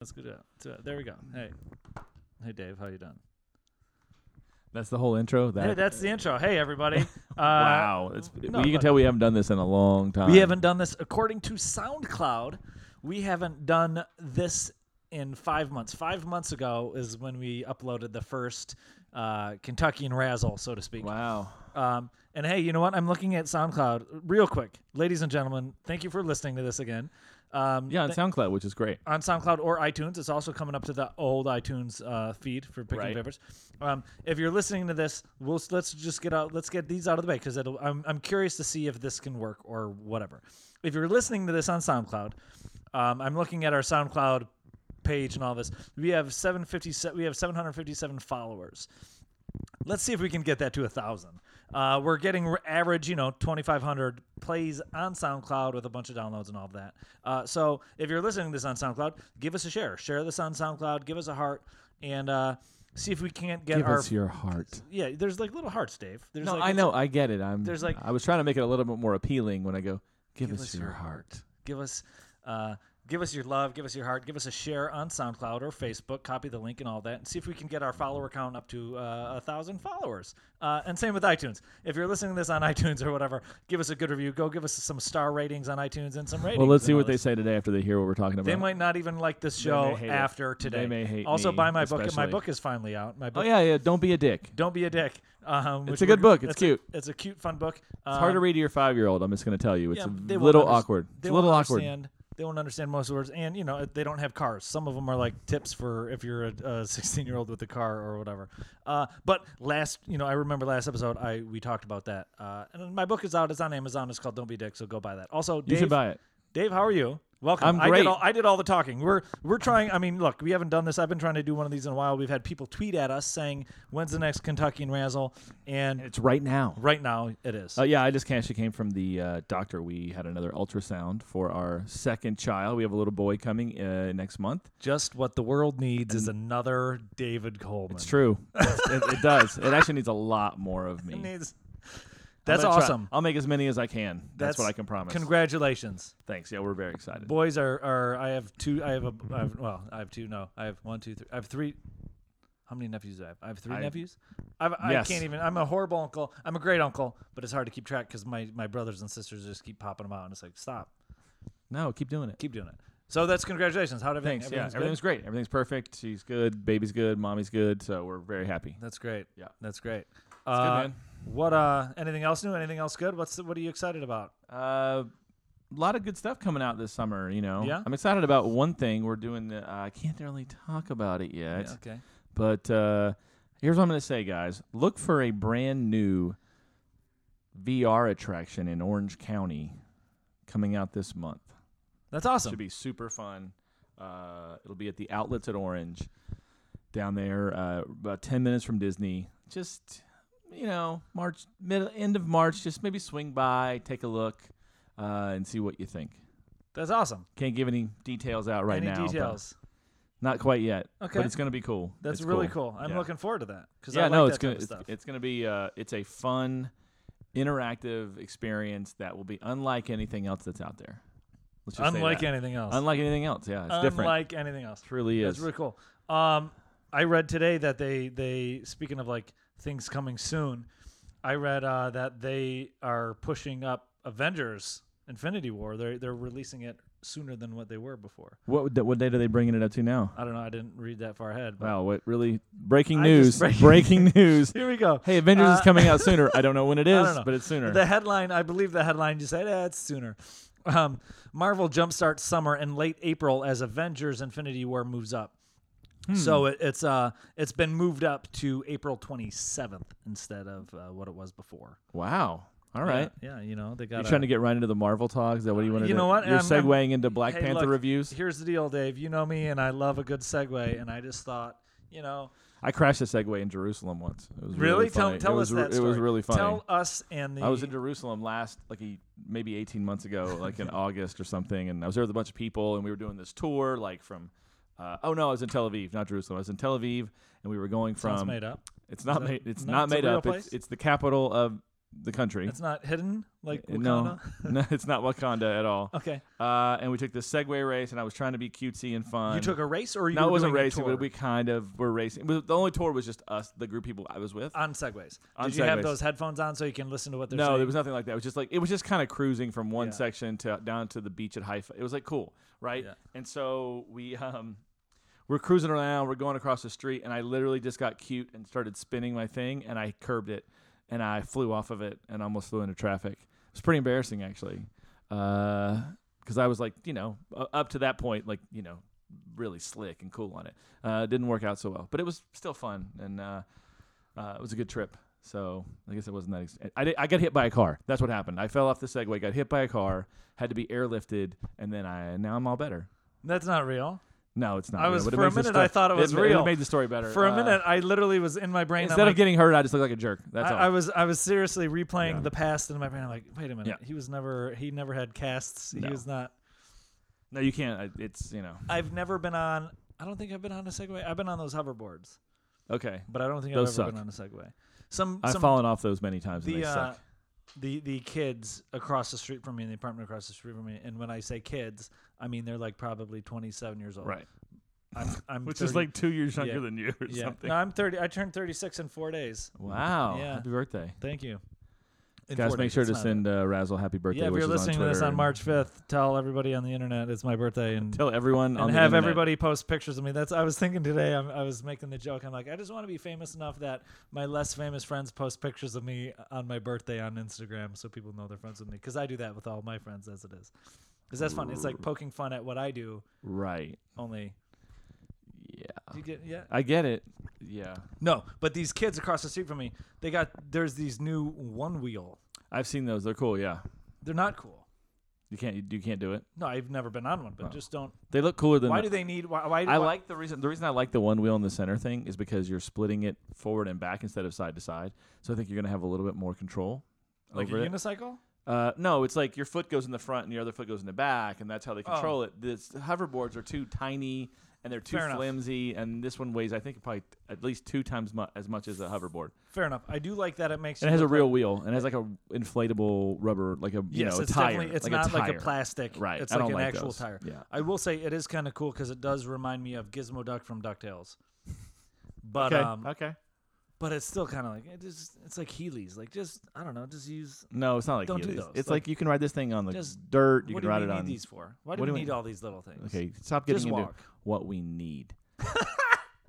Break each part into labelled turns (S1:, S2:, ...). S1: Let's go to, to there we go. Hey, hey, Dave, how you doing?
S2: That's the whole intro. That
S1: hey, that's the intro. Hey, everybody. Uh,
S2: wow. It's,
S1: no, but-
S2: you can tell we haven't done this in a long time.
S1: We haven't done this according to SoundCloud. We haven't done this in five months. Five months ago is when we uploaded the first uh, Kentuckian razzle, so to speak.
S2: Wow.
S1: Um, and hey, you know what? I'm looking at SoundCloud real quick, ladies and gentlemen. Thank you for listening to this again. Um,
S2: Yeah, on
S1: th-
S2: SoundCloud, which is great.
S1: on SoundCloud or iTunes. It's also coming up to the old iTunes uh, feed for picking
S2: Right.
S1: papers. Um, if you're listening to this, we'll s- let's just get out. Let's get these out of the way because I'm I'm curious to see if this can work or whatever. If you're listening to this on SoundCloud, um, I'm looking at our SoundCloud page and all this. We have 757. We have 757 followers. Let's see if we can get that to a thousand. Uh, we're getting r- average, you know, 2,500 plays on SoundCloud with a bunch of downloads and all of that. Uh, so if you're listening to this on SoundCloud, give us a share. Share this on SoundCloud. Give us a heart and uh, see if we can't get
S2: Give
S1: our.
S2: us your heart.
S1: yeah, there's like little hearts, Dave. There's
S2: No,
S1: like,
S2: I know. I get it. I'm.
S1: There's like-
S2: I was trying to make it a little bit more appealing when I go. Give, us, your heart.
S1: give us uh, give us your love, give us your heart, give us a share on SoundCloud or Facebook. Copy the link and all that, and see if we can get our follower count up to uh, a thousand followers. Uh, and same with iTunes. If you're listening to this on iTunes or whatever, give us a good review. Go give us some star ratings on iTunes and some ratings.
S2: Well, let's
S1: and
S2: see
S1: all
S2: what they
S1: this.
S2: say today after they hear what we're talking about.
S1: They might not even like this
S2: may
S1: show
S2: hate it.
S1: after today.
S2: They may hate
S1: also,
S2: me,
S1: buy my book. My
S2: especially.
S1: book is finally out. My
S2: oh
S1: book.
S2: yeah, yeah. Don't be a dick. It's
S1: Don't be a dick. Um, which
S2: a good
S1: we're-
S2: book. It's
S1: a-
S2: cute.
S1: it's a cute, fun book. It's
S2: hard to read to your five year old. I'm just gonna tell you. It's
S1: Uh, yeah,
S2: a
S1: they won't
S2: little
S1: underst-
S2: awkward.
S1: They
S2: It's a little
S1: won't
S2: awkward.
S1: Understand, they won't understand most words, and you know they don't have cars. Some of them are like tips for if you're a- a 16 year old with a car or whatever. Uh, but last, you know, I remember last episode I we talked about that, uh, and then my book is out. It's on Amazon. It's called Don't Be a Dick. So go buy that. Also,
S2: You
S1: Dave,
S2: should buy it.
S1: Dave, how are you? Welcome.
S2: I'm
S1: I
S2: great.
S1: did all I did all the talking. We're we're trying. I mean, look, we haven't done this. I've been trying to do one of these in a while. We've had people tweet at us saying, "When's the next Kentucky and Razzle?" And
S2: It's right now.
S1: right now it is.
S2: Uh, yeah, I just actually came from the uh, doctor. We had another ultrasound for our second child. We have a little boy coming uh, next month.
S1: Just what the world needs is another David Coleman.
S2: It's true. It's- it, it does. It actually needs a lot more of me. I'm
S1: needs. That's
S2: gonna try-
S1: awesome.
S2: I'll make as many as I can. That's, what I can promise.
S1: Congratulations,
S2: Thanks. Yeah, we're very excited.
S1: boys are are. I have two. I have a. I have, well, I have two. No, I have one, two, three. I have three. How many nephews do I have? I have three
S2: I-
S1: nephews. I've, I
S2: Yes.
S1: can't even. I'm a horrible uncle. I'm a great uncle, but it's hard to keep track because my my brothers and sisters just keep popping them out, and it's like stop,
S2: no, keep doing it.
S1: keep doing it. So that's congratulations. How did everything?
S2: Thanks.
S1: everything's
S2: yeah,
S1: good?
S2: everything's great. Everything's perfect. She's good. Baby's good. Mommy's good. So we're very happy.
S1: That's great.
S2: Yeah.
S1: that's great.
S2: good,
S1: uh,
S2: man.
S1: What uh? Anything else new? Anything else good? What's the, what are you excited about?
S2: Uh, a lot of good stuff coming out this summer. You know.
S1: Yeah?
S2: I'm excited about one thing we're doing. That, uh, I can't really talk about it yet.
S1: okay.
S2: But uh, here's what I'm going to say, guys. Look for a brand new VR attraction in Orange County coming out this month.
S1: That's awesome.
S2: Should be super fun. Uh, it'll be at the outlets at Orange down there, uh, about 10 minutes from Disney. Just, you know, March, mid, end of March, just maybe swing by, take a look, uh, and see what you think.
S1: That's awesome.
S2: Can't give any details out right
S1: Any
S2: now. but-
S1: details?
S2: Not quite yet.
S1: Okay.
S2: But it's going to be cool.
S1: That's
S2: It's
S1: really cool. I'm
S2: Yeah.
S1: looking forward to that because
S2: yeah,
S1: I like
S2: no,
S1: that
S2: it's
S1: type
S2: gonna
S1: of
S2: it's,
S1: stuff.
S2: it's gonna be uh, it's a fun, interactive experience that will be unlike anything else that's out there. Let's just say
S1: unlike
S2: that.
S1: anything else.
S2: unlike anything else. Yeah, it's different.
S1: Unlike anything else.
S2: It really
S1: That's
S2: is.
S1: really cool. Um, I read today that they they speaking of like things coming soon. I read uh, that they are pushing up Avengers: Infinity War. They're they're releasing it sooner than what they were before.
S2: what what date are they bringing it up to now?
S1: I don't know. I didn't read that far ahead. But
S2: Wow, what really breaking
S1: I just
S2: news?
S1: break-
S2: breaking news.
S1: Here we go.
S2: Hey, Avengers is
S1: Uh,
S2: coming out sooner. I don't know when it
S1: don't
S2: is,
S1: know.
S2: but it's sooner.
S1: The headline, I believe the headline you said, eh, it's sooner. Um, Marvel jumpstarts summer and late April as Avengers Infinity War moves up.
S2: Hmm.
S1: So it, it's uh it's been moved up to April 27th instead of uh, what it was before.
S2: wow. All right.
S1: Yeah, yeah, you know, they got
S2: You're trying to get right into the Marvel talk. Is that what you want to
S1: You
S2: do?
S1: know what?
S2: You're
S1: I'm- I'm-
S2: segueing into Black
S1: Hey,
S2: Panther
S1: look,
S2: reviews.
S1: Here's the deal, Dave. You know me and I love a good segue and I just thought, you know,
S2: I crashed a Segway in Jerusalem once. It was
S1: really,
S2: really,
S1: tell
S2: funny.
S1: tell
S2: it was,
S1: us
S2: re-
S1: that
S2: It was
S1: story.
S2: really funny.
S1: Tell us and the
S2: I was in Jerusalem last, like a, maybe 18 months ago, like in August or something. And I was there with a bunch of people, and we were doing this tour, like from. Uh, oh no, I was in Tel Aviv, not Jerusalem. I was in Tel Aviv, and we were going
S1: Sounds
S2: from.
S1: made up.
S2: It's not
S1: Is that-
S2: made. It's
S1: no,
S2: not
S1: it's a
S2: made
S1: real
S2: up. It's,
S1: place?
S2: it's the capital of the country.
S1: It's not hidden like
S2: Uh, no,
S1: Wakanda.
S2: no, it's not Wakanda at all.
S1: Okay.
S2: Uh, and we took the Segway race, and I was trying to be cutesy and fun.
S1: You took a race, or you
S2: no,
S1: were
S2: it wasn't
S1: doing a
S2: racing,
S1: tour
S2: but we kind of were racing. But the only tour was just us, the group of people I was with.
S1: on segways.
S2: On
S1: Did you have
S2: segways.
S1: those headphones on so you can listen to what they're
S2: no,
S1: saying?
S2: there was nothing like that. It was just like it was just kind of cruising from one
S1: Yeah.
S2: section to down to the beach at Haifa. It was like cool, right?
S1: Yeah.
S2: And so we um we're cruising around, we're going across the street, and I literally just got cute and started spinning my thing, and I curbed it, and I flew off of it, and almost flew into traffic. It was pretty embarrassing actually, because I was like, you know, u- up to that point, like you know, really slick and cool on it. Uh, it didn't work out so well, but it was still fun, and uh, uh, it was a good trip. So I guess it wasn't that. Ex- I did, I got hit by a car. That's what happened. I fell off the Segway, got hit by a car, had to be airlifted, and then I now I'm all better.
S1: That's not real.
S2: No, it's not.
S1: I
S2: real,
S1: was-
S2: but it
S1: for a
S2: makes the
S1: minute, I thought it was
S2: ma-
S1: real.
S2: It made the story better.
S1: For a
S2: Uh,
S1: minute, I literally was in my brain. I'm
S2: instead
S1: like,
S2: of getting hurt, I just look like a jerk. That's
S1: I,
S2: all.
S1: I was I was seriously replaying
S2: Yeah.
S1: the past in my brain. I'm like, wait a minute,
S2: Yeah.
S1: he was never he never had casts. He
S2: No.
S1: was not.
S2: no, you can't. I- It's you know.
S1: I've never been on. I don't think I've been on a Segway. I've been on those hoverboards,
S2: Okay,
S1: but I don't think
S2: Those
S1: I've ever
S2: suck.
S1: been on a Segway. Some
S2: I've
S1: some
S2: fallen off those many times. and
S1: the
S2: they
S1: uh,
S2: suck.
S1: the the kids across the street from me in the apartment across the street from me. And when I say kids, I mean they're like probably 27 years old.
S2: Right,
S1: I'm, I'm
S2: which
S1: 30
S2: is like two years younger
S1: yeah.
S2: than you or
S1: yeah.
S2: something.
S1: No, I'm 30. I turned 36 in four days.
S2: Wow.
S1: Yeah.
S2: Happy birthday,
S1: Thank you. In
S2: guys!
S1: four
S2: Make
S1: days,
S2: sure
S1: it's
S2: to
S1: not-
S2: send uh, Razzle happy birthday.
S1: Yeah, if you're
S2: wishes
S1: listening to this
S2: Twitter
S1: on
S2: and
S1: March 5th, tell everybody on the internet it's my birthday and
S2: tell everyone on
S1: and
S2: the
S1: have
S2: internet.
S1: everybody post pictures of me. That's I was thinking today. I'm, I was making the joke. I'm like, I just want to be famous enough that my less famous friends post pictures of me on my birthday on Instagram, so people know they're friends with me. Because I do that with all my friends as it is, because that's fun. It's like poking fun at what I do.
S2: Right.
S1: Only
S2: Yeah.
S1: do you get yeah.
S2: I get it. Yeah.
S1: No, but these kids across the street from me, they got there's these new one wheel.
S2: I've seen those. They're cool. Yeah.
S1: They're not cool.
S2: You can't. You, you can't do it.
S1: No, I've never been on one, but just don't.
S2: They look cooler than.
S1: Why
S2: the-
S1: do they need? Why? why
S2: I
S1: why-
S2: like the reason. The reason I like the one wheel in the center thing is because you're splitting it forward and back instead of side to side. So I think you're gonna have a little bit more control.
S1: like a
S2: over it.
S1: unicycle.
S2: Uh, no, it's like your foot goes in the front and your other foot goes in the back, and that's how they
S1: Oh.
S2: control it. This hoverboards are too tiny and they're too
S1: Fair enough.
S2: flimsy, and this one weighs I think probably at least two times mu- as much as a hoverboard.
S1: Fair enough. I do like that. It makes
S2: And
S1: you
S2: it has a
S1: look like-
S2: real wheel, and it has like a inflatable rubber, like a you
S1: Yes,
S2: know, a
S1: it's
S2: tire.
S1: definitely it's
S2: like
S1: not
S2: a tire.
S1: like a plastic.
S2: Right.
S1: It's
S2: I
S1: like
S2: don't
S1: an
S2: like
S1: actual
S2: those.
S1: tire.
S2: Yeah.
S1: I will say it is kind of cool because it does remind me of Gizmo Duck from Ducktales. But
S2: okay.
S1: um,
S2: okay.
S1: but it's still kind of like it is, it's like Heelys. Like just I don't know. Just use.
S2: No, it's not like
S1: Don't do
S2: Heelys.
S1: those.
S2: It's
S1: Like-
S2: like, you can ride this thing on the
S1: Just-
S2: dirt. You
S1: what
S2: can
S1: do
S2: ride
S1: we
S2: it
S1: need
S2: on.
S1: these for? Why do,
S2: what
S1: we
S2: do we-
S1: need all these little things?
S2: Okay, stop getting
S1: Just
S2: into
S1: walk.
S2: what we need.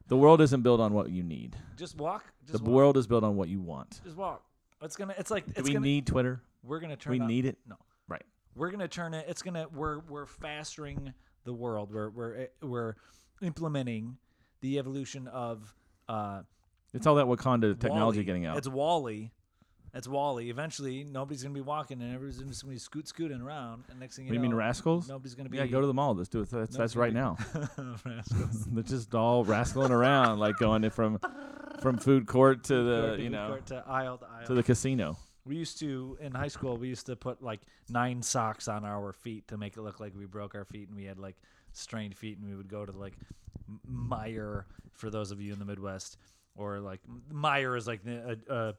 S2: the world isn't built on what you need.
S1: Just walk.
S2: The
S1: Just walk.
S2: world is built on what you want.
S1: Just walk. It's gonna. It's like
S2: Do
S1: it's
S2: we
S1: gonna.
S2: need Twitter?
S1: we're gonna turn.
S2: We
S1: on-
S2: need it.
S1: No.
S2: Right.
S1: We're gonna turn it. It's gonna. We're we're fastering the world. We're we're eh, we're implementing the evolution of. uh
S2: It's all that Wakanda technology
S1: Wall-E.
S2: getting out.
S1: It's Wally. It's Wally. Eventually, nobody's gonna be walking, and everybody's just gonna be scoot scooting around. And next thing you
S2: what do you
S1: know,
S2: mean, rascals?
S1: nobody's gonna be.
S2: yeah, go to the mall. Let's do it. That's, that's right now.
S1: Rascals.
S2: They're just all rascaling around, like going from from food court to
S1: Go
S2: the
S1: to
S2: you
S1: the
S2: know
S1: court, to aisle to aisle.
S2: to the casino.
S1: we used to in high school. We used to put like nine socks on our feet to make it look like we broke our feet, and we had like strained feet, and we would go to like M- Meijer for those of you in the Midwest, or like M- Meijer is like the. Uh, uh,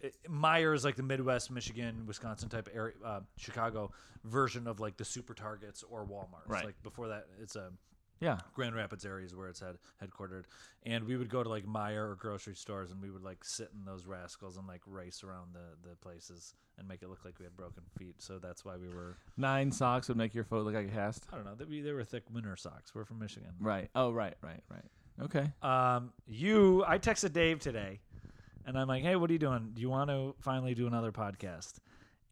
S1: it- Meijer is like the Midwest, Michigan, Wisconsin type area, uh, Chicago version of like the Super Targets or Walmart.
S2: Right.
S1: Like before that, it's a
S2: Yeah,
S1: Grand Rapids area is where it's head, headquartered, and we would go to like Meyer or grocery stores, and we would like sit in those rascals and like race around the the places and make it look like we had broken feet. So that's why we were
S2: nine socks would make your foot look like a cast.
S1: I don't know that we they were thick winter socks. We're from Michigan.
S2: Right. Oh, right, right, right. Okay.
S1: Um, you I texted Dave today, and I'm like, hey, what are you doing? Do you want to finally do another podcast?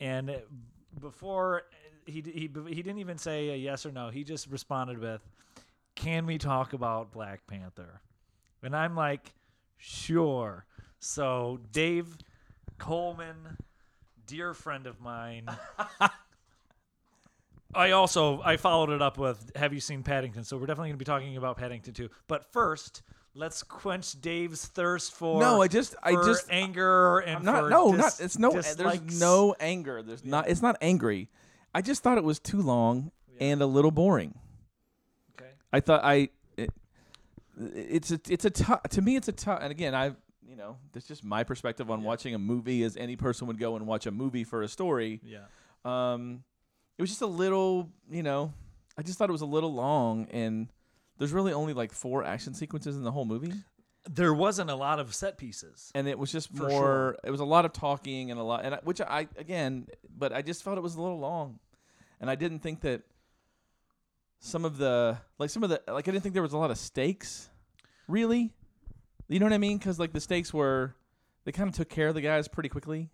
S1: And uh, before he d- he he didn't even say a yes or no. He just responded with, "Can we talk about Black Panther?" And I'm like, sure. So Dave Coleman, dear friend of mine. I also I followed it up with have you seen Paddington? So we're definitely going to be talking about Paddington too. But first, let's quench Dave's thirst for
S2: No, I just- I
S1: for
S2: just-
S1: anger and
S2: Not,
S1: for
S2: no,
S1: dis-
S2: not. It's no.
S1: dislikes.
S2: There's no anger. There's not. It's not angry. I just thought it was too long and a little boring.
S1: Okay.
S2: I thought I. It, it's a. It's a tough. To me, it's a tough. And again, I you know, that's just my perspective on watching a movie as any person would go and watch a movie for a story.
S1: Yeah.
S2: Um, it was just a little, you know, I just thought it was a little long, and there's really only like four action sequences in the whole movie,
S1: There wasn't a lot of set pieces.
S2: and it was just
S1: For
S2: more.
S1: sure.
S2: It was a lot of talking and a lot, and I, which I again, but I just felt it was a little long, and I didn't think that some of the like some of the like I didn't think there was a lot of stakes, really. You know what I mean? Because like the stakes were, they kind of took care of the guys pretty quickly,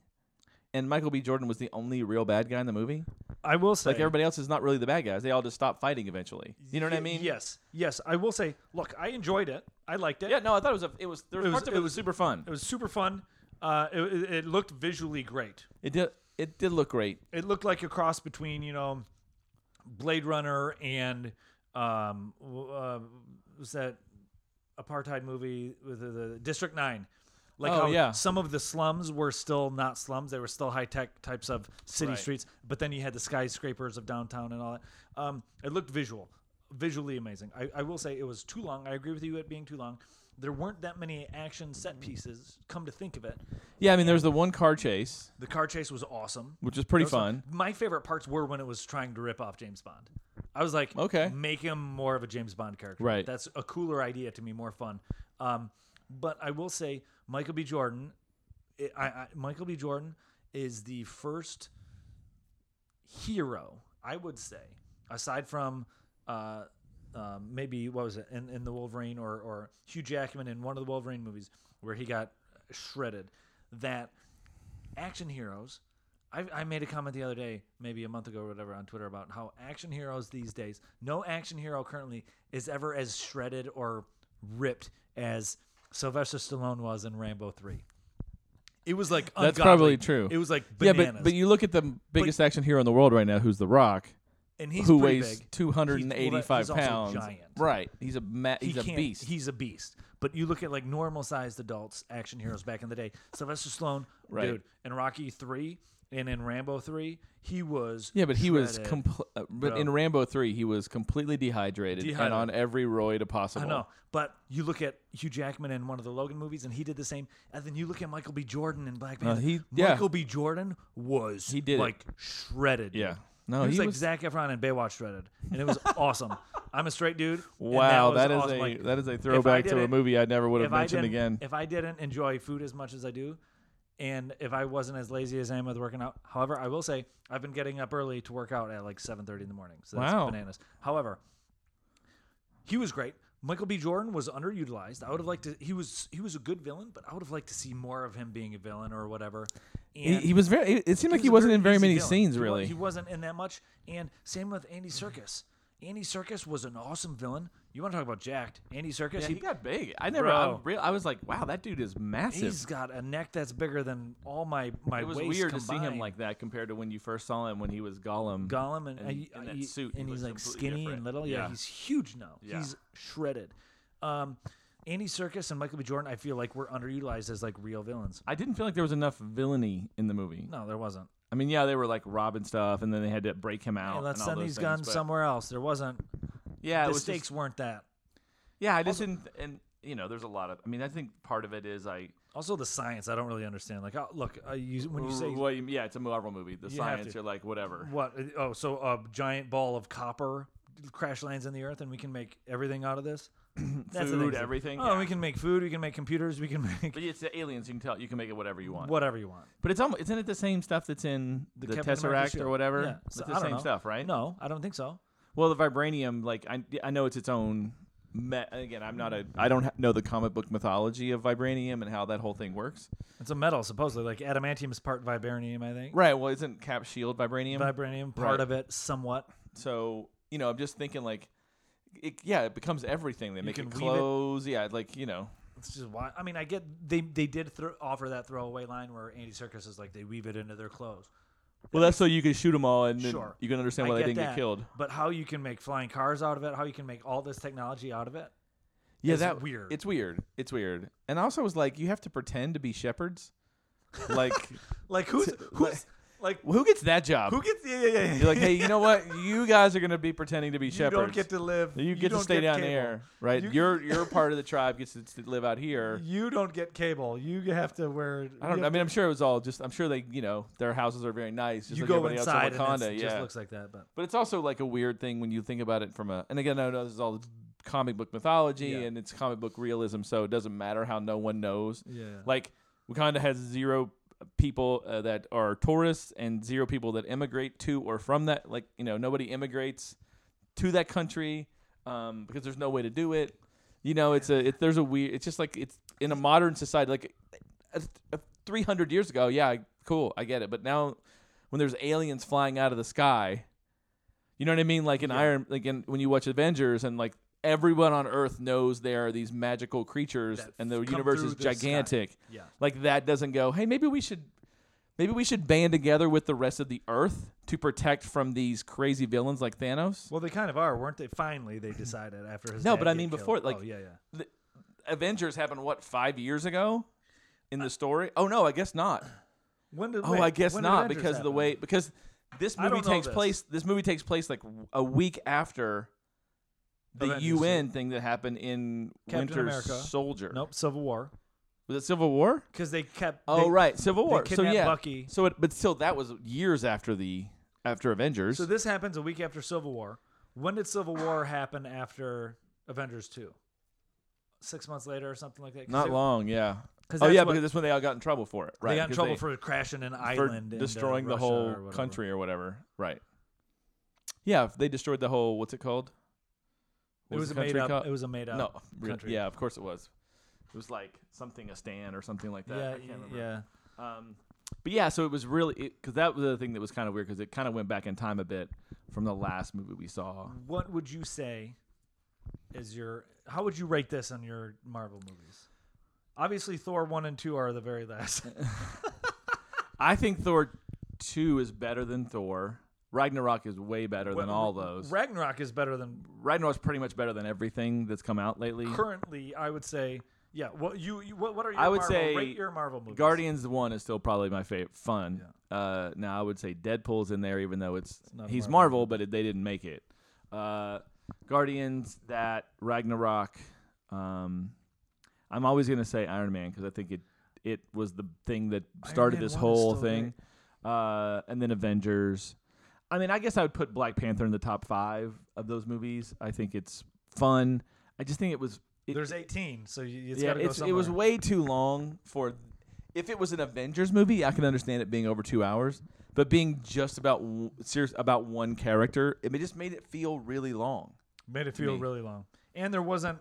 S2: and Michael B. Jordan was the only real bad guy in the movie.
S1: I will say
S2: Like everybody else is not really the bad guys. They all just stop fighting eventually. You know what I
S1: Ye-
S2: mean?
S1: Yes. Yes. I will say, look, I enjoyed it. I liked it.
S2: Yeah. No, I thought it was. A, it was. There was,
S1: It was-
S2: parts of it,
S1: it
S2: was,
S1: was-
S2: super fun.
S1: It was super fun. Uh, it, it, it looked visually great.
S2: It did. It did look great.
S1: It looked like a cross between, you know, Blade Runner and um, w- uh, was that apartheid movie with the, the District Nine? Like
S2: Oh,
S1: how
S2: yeah.
S1: some of the slums were still not slums; they were still high tech types of city
S2: Right.
S1: streets. But then you had the skyscrapers of downtown and all that. Um, it looked visual, visually amazing. I, I will say it was too long. I agree with you it being too long. There weren't that many action set pieces. Come to think of it,
S2: Yeah. I mean, there was the one car chase,
S1: the car chase was awesome.
S2: which was pretty
S1: Those are-
S2: fun.
S1: My favorite parts were when it was trying to rip off James Bond. I was like,
S2: Okay.
S1: make him more of a James Bond character.
S2: Right.
S1: That's a cooler idea to me, more fun. Um, but I will say, Michael B. Jordan, it, I, I, Michael B. Jordan is the first hero, I would say, aside from uh, um, maybe what was it in, in the Wolverine or, or Hugh Jackman in one of the Wolverine movies where he got shredded, that action heroes. I, I made a comment the other day, maybe a month ago or whatever, on Twitter about how action heroes these days, no action hero currently is ever as shredded or ripped as Sylvester Stallone was in Rambo 3. It was like
S2: That's
S1: ungodly.
S2: probably true.
S1: It was like bananas.
S2: Yeah, but but you look at the biggest action hero in the world right now, who's The Rock,
S1: and he's
S2: who
S1: pretty
S2: weighs
S1: big.
S2: 285
S1: He's- well, that- he's
S2: pounds.
S1: Also giant.
S2: Right. He's a ma- he's
S1: he
S2: a
S1: can't-
S2: beast.
S1: He's a beast. But you look at like normal sized adults, action heroes back in the day. Sylvester Stallone,
S2: Right.
S1: dude, in Rocky three and in Rambo three, he was
S2: yeah, but he was
S1: shredded.
S2: compl- uh, but
S1: bro.
S2: in Rambo 3, he was completely dehydrated, and
S1: Dehydrated.
S2: on every roid possible.
S1: I know, but you look at Hugh Jackman in one of the Logan movies, and he did the same. And then you look at Michael B. Jordan in Black Panther.
S2: Uh, he- yeah.
S1: Michael B. Jordan was he
S2: did it.
S1: like shredded. dude.
S2: Yeah. No,
S1: he was
S2: he
S1: like
S2: was-
S1: Zac Efron in Baywatch shredded, and it was awesome. I'm a straight dude. and
S2: Wow,
S1: that,
S2: that
S1: was
S2: is
S1: awesome.
S2: a
S1: Like,
S2: that is a throwback to a
S1: didn't-
S2: movie I never would have
S1: if I
S2: mentioned
S1: didn't-
S2: again.
S1: If I didn't enjoy food as much as I do, and if I wasn't as lazy as I am with working out, however, I will say I've been getting up early to work out at like 7:30 in the morning. So that's
S2: Wow.
S1: bananas. However, he was great. Michael B. Jordan was underutilized. I would have liked to. He was he was a good villain, but I would have liked to see more of him being a villain or whatever.
S2: He,
S1: And
S2: he was very. It, it seemed like he
S1: a
S2: wasn't in very
S1: easy
S2: many
S1: villain.
S2: scenes,
S1: He wa-
S2: really.
S1: He wasn't in that much. And same with Andy Circus. Andy Circus was an awesome villain. You want to talk about jacked? Andy Circus. he
S2: got big. I never.
S1: Bro.
S2: real, I was like, wow, that dude is massive.
S1: He's got a neck that's bigger than all my my
S2: it was
S1: waist
S2: weird to see
S1: combined.
S2: him like that compared to when you first saw him when he was Gollum.
S1: Gollum and,
S2: in-
S1: I-
S2: in
S1: I-
S2: that suit, he
S1: and he's
S2: looks
S1: like
S2: completely
S1: skinny
S2: different.
S1: and little. Yeah,
S2: Yeah.
S1: he's huge now.
S2: Yeah.
S1: He's shredded. Um, Andy Circus and Michael B. Jordan, I feel like were underutilized as like real villains.
S2: I didn't feel like there was enough villainy in the movie.
S1: No, there wasn't.
S2: I mean, yeah, they were like robbing stuff, and then they had to break him out.
S1: Hey, let's
S2: Oh, and all
S1: send
S2: those
S1: these
S2: things,
S1: guns
S2: but-
S1: somewhere else. There wasn't.
S2: Yeah, it
S1: the
S2: was
S1: stakes
S2: just-
S1: weren't that.
S2: yeah, I just didn't. And you know, there's a lot of. I mean, I think part of it is I.
S1: Also, the science I don't really understand. Like, oh, look, uh, you, when you say
S2: well, you- yeah, it's a Marvel movie. The
S1: You have
S2: science,
S1: to.
S2: you're like whatever.
S1: What? Oh, so a giant ball of copper crash lands in the earth, and we can make everything out of this. That's the
S2: Food,
S1: thing.
S2: everything,
S1: Oh,
S2: yeah.
S1: we can make food. We can make computers. We can make
S2: But it's the aliens. You can tell. You can make it whatever you want.
S1: whatever you want.
S2: But it's almost isn't it the same stuff that's in the,
S1: Captain America
S2: Tesseract
S1: shield.
S2: or whatever?
S1: Yeah.
S2: It's
S1: So, I
S2: the
S1: don't
S2: same
S1: know.
S2: stuff, right?
S1: No, I don't think so.
S2: Well, the vibranium, like I, I know it's its own. Me- again, I'm not a. I don't ha- know the comic book mythology of vibranium and how that whole thing works.
S1: It's a metal, supposedly. Like adamantium is part vibranium, I think.
S2: Right. Well, isn't Cap Shield vibranium?
S1: Vibranium, part
S2: Right.
S1: of it, somewhat.
S2: so you know, I'm just thinking like, it, yeah, it becomes everything. They make
S1: can
S2: it
S1: weave it.
S2: clothes. Yeah, like you know.
S1: It's just why. I mean, I get they they did thro- offer that throwaway line where Andy Circus is like they weave it into their clothes.
S2: Well, that's so you can shoot them all, and then
S1: Sure.
S2: you can understand
S1: I
S2: why they
S1: get
S2: didn't
S1: that,
S2: get killed.
S1: But how you can make flying cars out of it? How you can make all this technology out of it?
S2: Yeah,
S1: is
S2: that
S1: weird.
S2: It's weird. It's weird. And I also was like, you have to pretend to be shepherds. Like
S1: Like who's
S2: like-
S1: who's Like
S2: Who gets that job?
S1: who gets? Yeah, yeah, yeah.
S2: You're like, hey, you know what? You guys are gonna be pretending to be
S1: you
S2: shepherds.
S1: don't get to live.
S2: You get to
S1: don't
S2: stay down
S1: cable.
S2: there, right?
S1: You-
S2: You, are you're part of the tribe gets to to live out here.
S1: You don't get cable. You have to wear.
S2: I
S1: you
S2: don't. I
S1: have
S2: mean, I'm sure it was all just. I'm sure they, you know, their houses are very nice.
S1: to-
S2: Just
S1: you
S2: like
S1: go
S2: everybody
S1: inside
S2: else in
S1: and
S2: Wakanda,
S1: it
S2: yeah.
S1: just looks like that. But
S2: But it's also like a weird thing when you think about it from a. And again, I know this is all comic book mythology
S1: Yeah.
S2: and it's comic book realism, so it doesn't matter how no one knows.
S1: yeah,
S2: Like Wakanda has zero people uh, that are tourists and zero people that immigrate to or from that. Like you know, nobody immigrates to that country um, because there's no way to do it. You know, it's a it, there's a weird. It's just like it's in a modern society. Like uh, uh, 300 years ago, yeah, cool, I get it. But now, when there's aliens flying out of the sky, you know what I mean? Like in
S1: Yeah.
S2: Iron, like in, when you watch Avengers and like. Everyone on Earth knows there are these magical creatures,
S1: That
S2: and the
S1: come
S2: universe
S1: through
S2: is
S1: the sky.
S2: gigantic
S1: yeah.
S2: like that doesn't go hey maybe we should maybe we should band together with the rest of the earth to protect from these crazy villains like thanos
S1: Well, they kind of are, weren't they? Finally, they decided after his.
S2: No,
S1: dad
S2: but I
S1: get
S2: mean
S1: killed.
S2: before, like-
S1: oh, yeah, yeah.
S2: avengers happened what five years ago in the story oh no i guess not
S1: When did?
S2: oh
S1: Uh, wait,
S2: i guess
S1: when did
S2: not
S1: Avengers
S2: because of the
S1: happen?
S2: way because this
S1: I
S2: movie
S1: don't know
S2: takes
S1: this.
S2: place this movie takes place like a week after the
S1: Avengers,
S2: un thing that happened in
S1: Captain
S2: winter
S1: America.
S2: soldier
S1: Nope, Civil War.
S2: was it civil war
S1: Because they kept.
S2: oh
S1: they-
S2: right civil
S1: they
S2: war so
S1: kidnapped
S2: yeah
S1: Bucky.
S2: so it but still that was years after the after avengers
S1: So this happens a week after Civil War. When did Civil War happen after Avengers Two? Six months later, or something like that. 'Cause
S2: Not
S1: they-
S2: long, yeah.
S1: 'Cause
S2: Oh
S1: that's
S2: yeah,
S1: what-
S2: because that's when they all got in trouble for it, right?
S1: They got in
S2: 'Cause
S1: trouble
S2: they-
S1: for crashing an
S2: for
S1: island, uh, and
S2: destroying the whole country or whatever, right? Yeah, if they destroyed the whole. What's it called?
S1: It
S2: What
S1: was,
S2: the
S1: a made
S2: country
S1: up.
S2: called?
S1: It was a made up.
S2: no, re-
S1: country.
S2: yeah, of course it was. It was like something a stand or something like that. I
S1: yeah,
S2: can't remember.
S1: yeah.
S2: Um, but yeah, so it was really because that was the thing that was kind of weird because it kind of went back in time a bit from the last movie we saw.
S1: What would you say is your? How would you rate this on your Marvel movies? Obviously, Thor one and two are the very last.
S2: I think Thor two is better than Thor. Ragnarok is way better than
S1: Well,
S2: all those.
S1: Ragnarok is better than
S2: Ragnarok's pretty much better than everything that's come out lately.
S1: currently. I would say, yeah. What you? you what, what are your?
S2: I would
S1: Marvel,
S2: say
S1: rate your Marvel movies.
S2: Guardians one is still probably my favorite fun. Uh, now I would say Deadpool's in there, even though it's,
S1: not a
S2: he's
S1: Marvel
S2: Marvel, but it, they didn't make it. Uh, Guardians, that Ragnarok. Um, I'm always gonna say Iron Man because I think it it was the thing that
S1: Iron
S2: started
S1: Man
S2: this
S1: 1 is
S2: whole
S1: still
S2: thing. Uh, and then Avengers. I mean, I guess I would put Black Panther in the top five of those movies. I think it's fun. I just think it was. It,
S1: There's 18, so you, it's
S2: yeah,
S1: got to go
S2: it's, it was
S1: somewhere.
S2: way too long for. If it was an Avengers movie, I can understand it being over two hours, but being just about w- serious about one character, it just made it feel really long.
S1: made it feel
S2: me.
S1: really long, and there wasn't.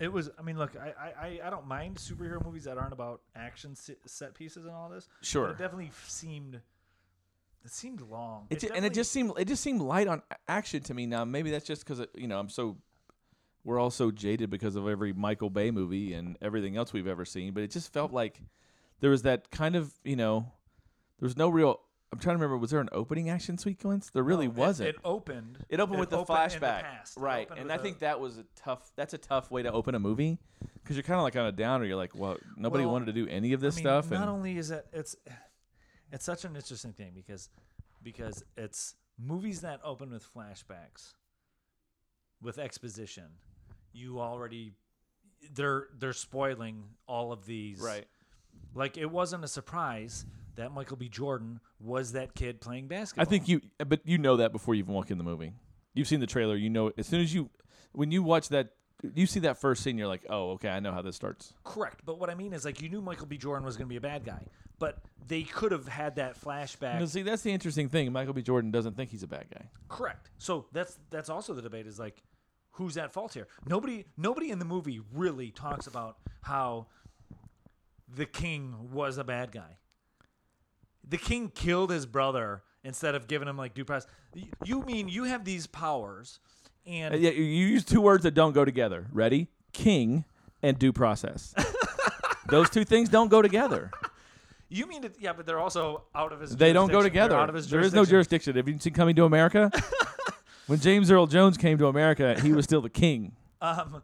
S1: It was. I mean, look, I, I I don't mind superhero movies that aren't about action se- set pieces and all this.
S2: Sure.
S1: but it definitely f- seemed. It seemed long.
S2: It, ju- and it
S1: definitely-
S2: just seemed it just seemed light on a- action to me. Now maybe that's just because you know I'm so we're all so jaded because of every Michael Bay movie and everything else we've ever seen, but it just felt like there was that kind of you know there was no real. I'm trying to remember. Was there an opening action sequence? There really
S1: It-
S2: wasn't.
S1: It, opened.
S2: It opened with the
S1: opened
S2: flashback,
S1: in the past. It
S2: right?
S1: opened
S2: And
S1: with
S2: I
S1: a-
S2: think that was a tough. That's a tough way to open a movie because you're kind of like on a downer. You're like, well, nobody
S1: Well,
S2: wanted to do any of
S1: I
S2: this
S1: mean,
S2: stuff.
S1: Not
S2: And
S1: only is it it's it's such an interesting thing because because it's movies that open with flashbacks with exposition. You already they're they're spoiling all of these.
S2: right,
S1: Like it wasn't a surprise that Michael B. Jordan was that kid playing
S2: I
S1: basketball.
S2: think you, but you know that before you even walk in the movie. You've seen the trailer. You know as soon as you, when you watch that, you see that first scene. You're like, oh, okay, I know how this starts.
S1: correct, but what I mean is like you knew Michael B. Jordan was going to be a bad guy, but they could have had that flashback.
S2: No, see, that's the interesting thing. Michael B. Jordan doesn't think he's a bad guy.
S1: Correct. So that's that's also the debate is like who's at fault here? Nobody nobody in the movie really talks about how the king was a bad guy. The king killed his brother instead of giving him like due process. Y- You mean you have these powers and
S2: Uh, Yeah, you you use two words that don't go together. Ready? King and due process. Those two things don't go together.
S1: you mean that yeah, but they're also out of his
S2: They don't go
S1: jurisdiction. They're
S2: together.
S1: Out of his
S2: there is no jurisdiction. Have you seen Coming to America? when James Earl Jones came to America, he was still the king.
S1: Um,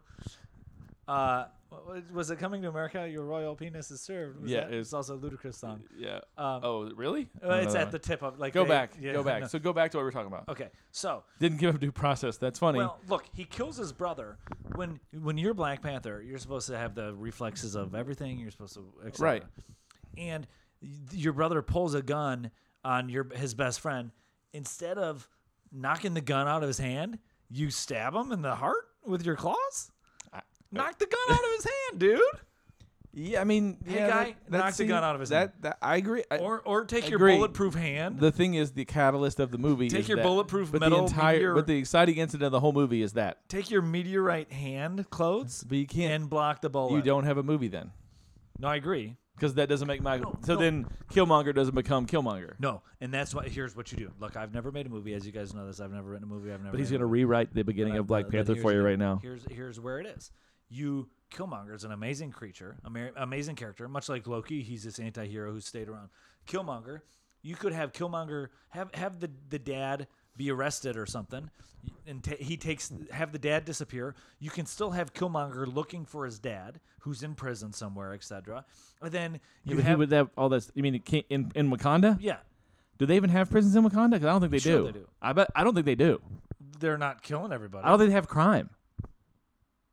S1: Uh, what- was it coming to America? Your royal penis is served. Was
S2: Yeah,
S1: that-
S2: it was-
S1: it's also a ludicrous song.
S2: Yeah.
S1: Um,
S2: oh, really?
S1: Uh, it's at the tip of like
S2: Go
S1: they-
S2: back.
S1: yeah,
S2: go back.
S1: no.
S2: So go back to what we were talking about.
S1: Okay, so
S2: Didn't give up due process. That's funny.
S1: well, look, he kills his brother. When when you're Black Panther, you're supposed to have the reflexes of everything. You're supposed to et cetera.
S2: Right.
S1: And y- your brother pulls a gun on your his best friend. Instead of knocking the gun out of his hand, you stab him in the heart with your claws.
S2: I-
S1: Knock the gun out of his hand, dude.
S2: yeah, I mean,
S1: Hey,
S2: yeah,
S1: guy, knock
S2: that, that
S1: the gun
S2: seemed-
S1: out of his
S2: that, That I agree. I-
S1: Or or take your
S2: Agree.
S1: bulletproof hand.
S2: the thing is, the catalyst of the movie.
S1: Take
S2: is
S1: your
S2: that,
S1: bulletproof
S2: but
S1: metal
S2: The entire,
S1: meteor-
S2: but the exciting incident of the whole movie is that.
S1: take your meteorite hand clothes
S2: But you can't.
S1: and block the bullet.
S2: you don't have a movie then,
S1: No, I agree.
S2: because that doesn't make Michael. so
S1: no.
S2: then, Killmonger doesn't become Killmonger.
S1: No, and that's why. Here's what you do. Look, I've never made a movie, as you guys know this. I've never written a movie. I've never.
S2: But he's
S1: made a
S2: gonna rewrite the beginning
S1: But
S2: of
S1: I-
S2: Black
S1: but- but
S2: Panther
S1: Uh, here's
S2: for you
S1: the-
S2: right now.
S1: Here's here's where it is. You Killmonger is an amazing creature, ama- amazing character, much like Loki. He's this anti-hero who stayed around. Killmonger, you could have Killmonger have have the the dad be arrested or something, and ta he takes have the dad disappear. You can still have Killmonger looking for his dad, who's in prison somewhere, etc. And then you
S2: But he
S1: have
S2: would have all that. You mean it can't- in in Wakanda?
S1: yeah,
S2: Do they even have prisons in Wakanda? 'Cause I don't think they,
S1: Sure
S2: do.
S1: they do.
S2: I bet. I don't think they do.
S1: they're not killing everybody.
S2: I don't think they have crime.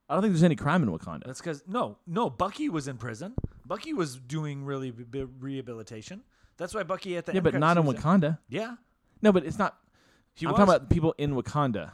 S2: I don't think there's any crime in Wakanda.
S1: That's because no, no. Bucky was in prison. Bucky was doing really b- b- rehabilitation. That's why Bucky at the
S2: Yeah,
S1: end
S2: but
S1: credits
S2: not in
S1: was
S2: Wakanda.
S1: Yeah,
S2: No, but it's not.
S1: he
S2: I'm
S1: was.
S2: talking about people in Wakanda.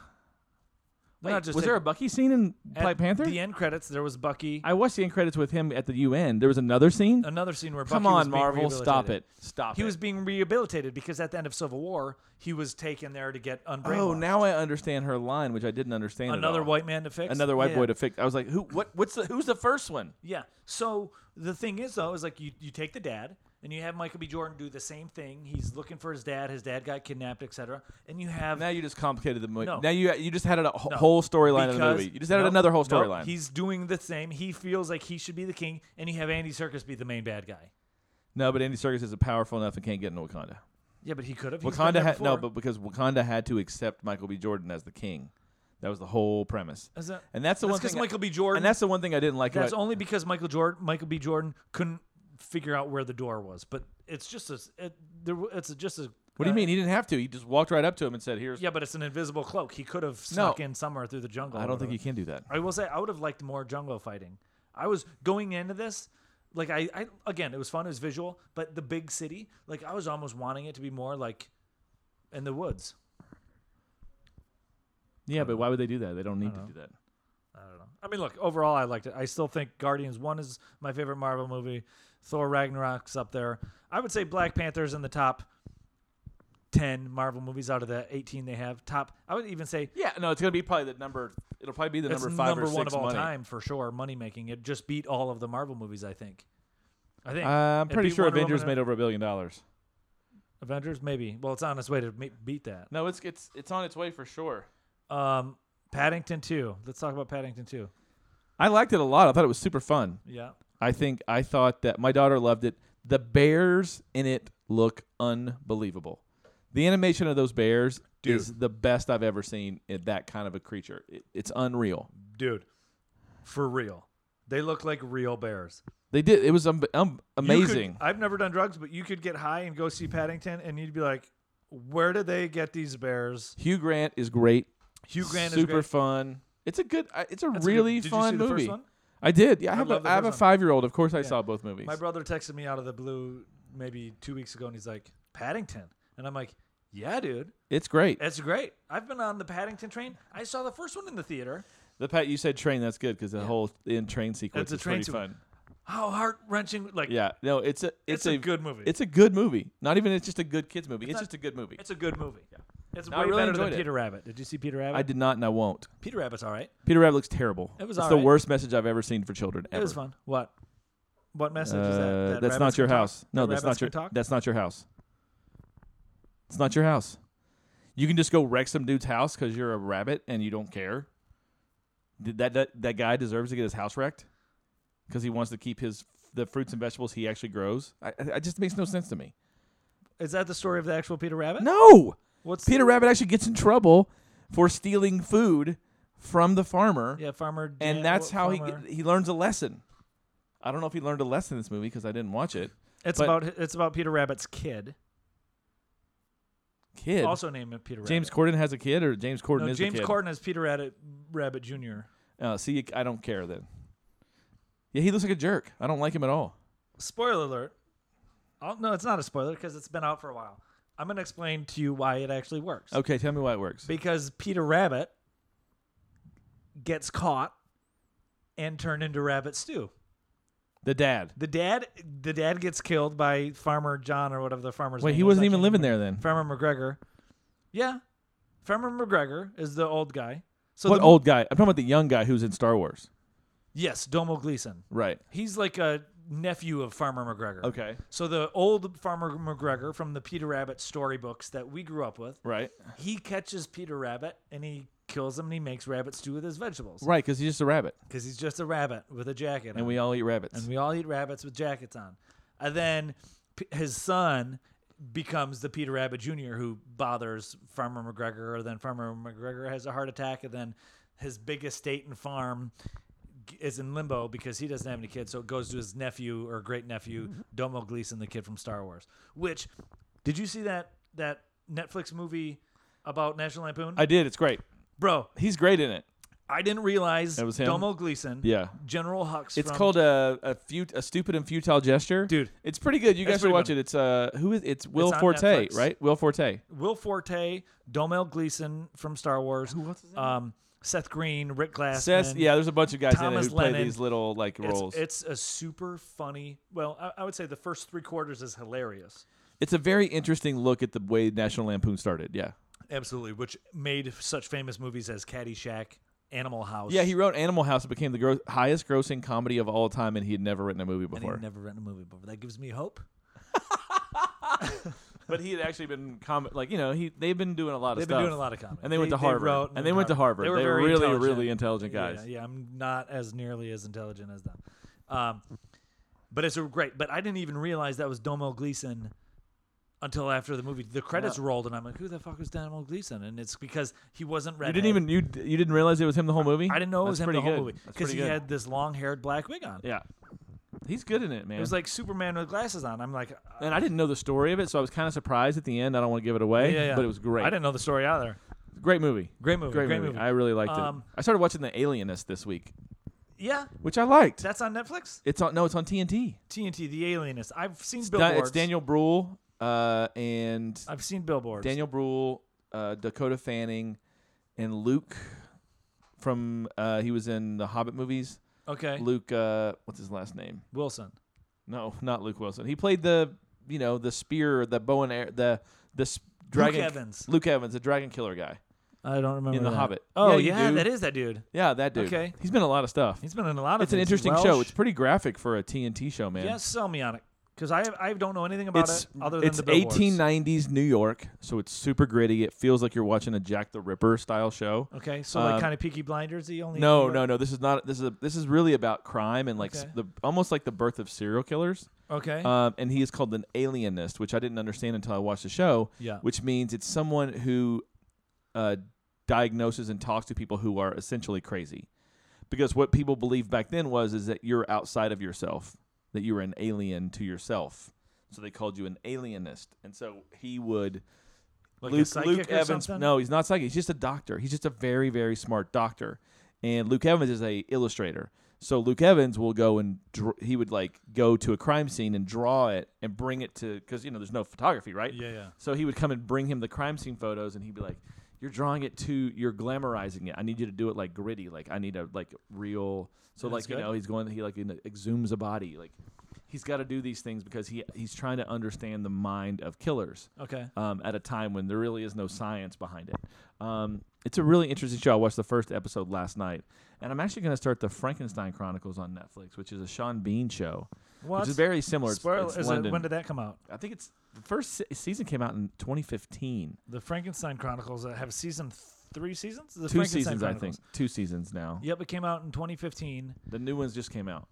S1: We're
S2: Wait,
S1: not just
S2: was there a
S1: taking-
S2: Bucky scene in
S1: at
S2: Black Panther?
S1: The end credits. There was Bucky.
S2: I watched the end credits with him at the UN. There was another scene.
S1: another scene where
S2: Come
S1: Bucky was
S2: on,
S1: being
S2: Marvel, stop
S1: rehabilitated.
S2: it, stop
S1: He
S2: it.
S1: was being rehabilitated because at the end of Civil War, he was taken there to get unbrainwashed.
S2: oh, now I understand her line, which I didn't understand. at
S1: another
S2: all.
S1: white man to fix.
S2: another white
S1: Yeah.
S2: boy to fix. I was like, who? What? What's the? Who's the first one?
S1: Yeah. So the thing is, though, is like you, you take the dad and you have Michael B. Jordan do the same thing. He's looking for his dad. His dad got kidnapped, etc. And you have
S2: Now you just complicated the movie.
S1: No.
S2: Now you you just had a wh- whole storyline of the
S1: Because-
S2: movie. You just added
S1: no,
S2: another whole
S1: no,
S2: storyline.
S1: he's doing the same. He feels like he should be the king, and you have Andy Circus be the main bad guy.
S2: no, but Andy Serkis isn't powerful enough and can't get into Wakanda.
S1: Yeah, but he could have. He's been
S2: Wakanda
S1: there
S2: had no,
S1: before.
S2: but because Wakanda had to accept Michael B. Jordan as the king. That was the whole premise.
S1: Is that-
S2: and that's the
S1: that's
S2: one
S1: because
S2: thing. I-
S1: Michael B. Jordan.
S2: and that's the one thing I didn't like
S1: that's
S2: about.
S1: only because Michael Jordan, Michael B. Jordan couldn't figure out where the door was. But it's just a, s- it, there, w- it's a, just a. uh,
S2: what do you mean? He didn't have to. He just walked right up to him and said, "Here's."
S1: Yeah, but it's an invisible cloak. He could have snuck in somewhere through the jungle.
S2: I
S1: or
S2: don't think
S1: whatever.
S2: he can do that.
S1: I will say I would have liked more jungle fighting. I was going into this like I, I again it was fun, it was visual, but the big city like I was almost wanting it to be more like in the woods.
S2: Yeah, but why would they do that? They don't need to do that.
S1: I don't know. I mean, look overall I liked it. I still think Guardians One is my favorite Marvel movie. Thor Ragnarok's up there. I would say Black Panther's in the top ten Marvel movies out of the eighteen they have. Top I would even say
S2: Yeah, no, it's gonna be probably the number. It'll probably be the
S1: it's
S2: number five or six
S1: one of all
S2: money.
S1: time for sure, money making. It just beat all of the Marvel movies, I think. I think
S2: Uh, I'm
S1: It
S2: pretty
S1: beat
S2: sure
S1: Wonder
S2: Avengers
S1: Woman and-
S2: made over a billion dollars.
S1: Avengers, maybe. Well, it's on its way to ma- beat that.
S2: No, it's it's it's on its way for sure.
S1: Um, Paddington Two. Let's talk about Paddington Two.
S2: I liked it a lot. I thought it was super fun.
S1: Yeah,
S2: I think I thought that my daughter loved it. The bears in it look unbelievable. The animation of those bears
S1: Dude.
S2: is the best I've ever seen in that kind of a creature. It, it's unreal.
S1: dude, for real. They look like real bears.
S2: They did. It was um, um,
S1: You could-
S2: amazing.
S1: I've never done drugs, but you could get high and go see Paddington, and you'd be like, "Where did they get these bears?"
S2: Hugh Grant is great.
S1: Hugh Grant
S2: super
S1: is great.
S2: fun. It's a good. I- It's a
S1: That's a good-
S2: really
S1: did you see
S2: fun
S1: the first
S2: movie.
S1: one?
S2: I did. Yeah, I have, a,
S1: love the
S2: I have a
S1: first one.
S2: five year old. Of course, I saw both movies.
S1: My brother texted me out of the blue maybe two weeks ago, and he's like, "Paddington," and I'm like, "Yeah, dude,
S2: it's great.
S1: that's great. I've been on the Paddington train. I saw the first one in the theater."
S2: The Pat you said train. That's good because the whole in train sequence
S1: It's a
S2: is
S1: train
S2: pretty
S1: sequence.
S2: fun.
S1: How heart wrenching! Like,
S2: Yeah. No, it's a
S1: it's, a, good movie.
S2: It's a good movie. Not even it's just a good kids movie. It's,
S1: not-
S2: just a good movie.
S1: It's a good movie. It's
S2: No, I
S1: way
S2: really
S1: better than
S2: enjoyed it.
S1: Peter Rabbit. Did you see Peter Rabbit?
S2: I did not and I won't.
S1: Peter Rabbit's all right.
S2: Peter Rabbit looks terrible.
S1: It was
S2: it's
S1: all
S2: the
S1: right.
S2: worst message I've ever seen for children ever.
S1: It was fun. What? What message is that?
S2: Uh,
S1: that
S2: that's
S1: rabbits
S2: not your
S1: can talk?
S2: house. No,
S1: That
S2: that's
S1: rabbits
S2: not your
S1: can talk?
S2: that's not your house. It's not your house. You can just go wreck some dude's house because you're a rabbit and you don't care. Did that that, that guy deserves to get his house wrecked because he wants to keep his the fruits and vegetables he actually grows. I, I it just makes no sense to me.
S1: Is that the story of the actual Peter Rabbit?
S2: No,
S1: What's
S2: Peter Rabbit actually gets in trouble for stealing food from the farmer,
S1: Yeah, farmer.
S2: and
S1: Dan-
S2: that's how
S1: farmer.
S2: he get- he learns a lesson. I don't know if he learned a lesson in this movie because I didn't watch it.
S1: It's
S2: but-
S1: about it's about Peter Rabbit's kid.
S2: Kid,
S1: Also named Peter Rabbit.
S2: James Corden has a kid, or James Corden
S1: No,
S2: is
S1: James
S2: a kid.
S1: Corden is Peter Rabbit, Rabbit Jr.
S2: Uh, see, I don't care then. Yeah, he looks like a jerk. I don't like him at all.
S1: Spoiler alert. Oh, no, it's not a spoiler because it's been out for a while. I'm going to explain to you why it actually works.
S2: Okay, tell me why it works.
S1: Because Peter Rabbit gets caught and turned into rabbit stew.
S2: The dad.
S1: The dad the dad gets killed by farmer John or whatever the farmer's
S2: Wait,
S1: name
S2: he
S1: is.
S2: wasn't
S1: I
S2: even
S1: can't
S2: living there then.
S1: Farmer McGregor. Yeah. Farmer McGregor is the old guy. So
S2: What
S1: the,
S2: old guy? I'm talking about the young guy who's in Star Wars.
S1: Yes, Domo Gleason.
S2: Right.
S1: He's like a nephew of Farmer McGregor.
S2: Okay.
S1: So the old Farmer McGregor from the Peter Rabbit storybooks that we grew up with,
S2: Right.
S1: he catches Peter Rabbit and he kills him and he makes rabbit stew with his vegetables
S2: Right, because he's just a rabbit,
S1: because he's just a rabbit with a jacket. on.
S2: and we all eat rabbits.
S1: and we all eat rabbits with jackets on. And then p- his son becomes the Peter Rabbit Jr. who bothers Farmer McGregor. Then Farmer McGregor has a heart attack, and then his big estate and farm g- is in limbo because he doesn't have any kids, so it goes to his nephew or great nephew
S2: Mm-hmm.
S1: Domo Gleason, the kid from Star Wars. Which did you see that that Netflix movie about National Lampoon?
S2: I did. It's great.
S1: Bro,
S2: He's great in it.
S1: I didn't realize
S2: That was him?
S1: Domo Gleason.
S2: Yeah.
S1: General Hux.
S2: It's
S1: from-
S2: called a a, fut- a stupid and futile gesture,
S1: Dude.
S2: It's pretty good. You
S1: It's
S2: guys should
S1: pretty
S2: watch
S1: good.
S2: it. It's uh, who is it's Will
S1: on
S2: Forte,
S1: Netflix.
S2: right? Will Forte.
S1: Will Forte, Domhnall Gleeson from Star Wars. Who
S2: what's his name?
S1: Um, Seth Green, Rick Glassman.
S2: Says yeah. There's a bunch of guys
S1: Thomas
S2: in it who play
S1: Lennon.
S2: these little like
S1: It's,
S2: roles. It's,
S1: it's a super funny. Well, I, I would say the first three quarters is hilarious,
S2: a very interesting look at the way National Lampoon started. Yeah.
S1: absolutely, which made such famous movies as Caddyshack, Animal House.
S2: Yeah, he wrote Animal House. It became the gro- highest grossing comedy of all time, and he had never written a movie
S1: and he'd
S2: before.
S1: never written a movie before. That gives me hope.
S2: but he had actually been com- like you know he they've been doing a lot of
S1: They've
S2: stuff.
S1: been doing a lot of comedy,
S2: and they, went to Harvard.
S1: wrote
S2: and they went to Harvard. They were,
S1: very
S2: really,
S1: intelligent.
S2: really intelligent guys.
S1: Yeah, yeah, I'm not as nearly as intelligent as them. Um, but it's a great. But I didn't even realize that was Domo Gleason until after the movie. The credits rolled, and I'm like, "Who the fuck is Domo Gleason?" And it's because he wasn't
S2: You
S1: redhead.
S2: didn't even you d- you didn't realize it was him the whole movie.
S1: I didn't know it was
S2: That's
S1: him the
S2: pretty
S1: whole
S2: good.
S1: movie
S2: That's
S1: because
S2: pretty
S1: he
S2: good.
S1: had this long-haired black wig on.
S2: yeah. He's good in it, man.
S1: It was like Superman with glasses on. I'm like, uh,
S2: and I didn't know the story of it, so I was kind of surprised at the end. I don't want to give it away,
S1: yeah, yeah.
S2: but it was great.
S1: I didn't know the story either.
S2: great movie.
S1: Great movie. Great, movie.
S2: I really liked
S1: Um,
S2: it. I started watching The Alienist this week,
S1: yeah,
S2: which I liked.
S1: that's on Netflix.
S2: it's on no, it's on TNT.
S1: TNT, The Alienist. I've seen
S2: Da-
S1: billboards.
S2: it's Daniel Bruhl uh, and
S1: I've seen billboards.
S2: Daniel Bruhl, uh, Dakota Fanning, and Luke from uh, he was in the Hobbit movies.
S1: Okay.
S2: Luke, uh, what's his last name?
S1: Wilson.
S2: No, not Luke Wilson. He played the you know the spear, the bow and arrow, the the s- dragon.
S1: Evans.
S2: Luke Evans, the dragon killer guy.
S1: I don't remember.
S2: In The
S1: that.
S2: Hobbit.
S1: Oh
S2: Yeah, you
S1: yeah,
S2: do.
S1: that is that dude.
S2: Yeah, that dude.
S1: Okay.
S2: He's been in a lot of stuff.
S1: He's been in a lot of.
S2: it's an
S1: things.
S2: interesting
S1: Welsh.
S2: show. It's pretty graphic for a TNT show, man.
S1: yes, sell me on it because I I don't know anything about
S2: It's
S1: it other than
S2: it's
S1: the billboards.
S2: 1890s New York, so it's super gritty. It feels like you're watching a Jack the Ripper style show.
S1: Okay, so like
S2: Um,
S1: kind of Peaky Blinders. The only
S2: No, no, no. This is not. This is a, this is really about crime and like s-
S1: Okay. Eh.
S2: the almost like the birth of serial killers.
S1: Okay,
S2: Um, and he is called an alienist, which I didn't understand until I watched the show.
S1: Yeah.
S2: Which means it's someone who uh, diagnoses and talks to people who are essentially crazy, because what people believed back then was is that you're outside of yourself, that you were an alien to yourself. So they called you an alienist, and so he would.
S1: Like a
S2: Luke,
S1: psychic
S2: Luke
S1: or
S2: Evans.
S1: something?
S2: No, he's not psychic. He's just a doctor. He's just a very, very smart doctor. And Luke Evans is a illustrator. So Luke Evans will go and dr- he would like go to a crime scene and draw it and bring it to because you know there's no photography, right?
S1: Yeah, yeah.
S2: So he would come and bring him the crime scene photos, and he'd be like, "You're drawing it too. You're glamorizing it. I need you to do it like gritty. Like I need a like real. So
S1: That's
S2: like you
S1: good.
S2: know he's going. He like you know, exhumes a body. Like he's got to do these things because he he's trying to understand the mind of killers
S1: okay.
S2: um, at a time when there really is no science behind it. Um, it's a really interesting show. I watched the first episode last night, and I'm actually going to start the Frankenstein Chronicles on Netflix, which is a Sean Bean show,
S1: What?
S2: which is very similar. It's,
S1: Spoil-
S2: it's
S1: is it,
S2: London.
S1: when did that come out?
S2: I think it's the first se- season came out in 2015.
S1: The Frankenstein Chronicles that have season th- three seasons. The
S2: Two
S1: Frankenstein
S2: seasons, I think.
S1: Chronicles.
S2: Two seasons now.
S1: Yep, it came out in 2015.
S2: The new ones just came out.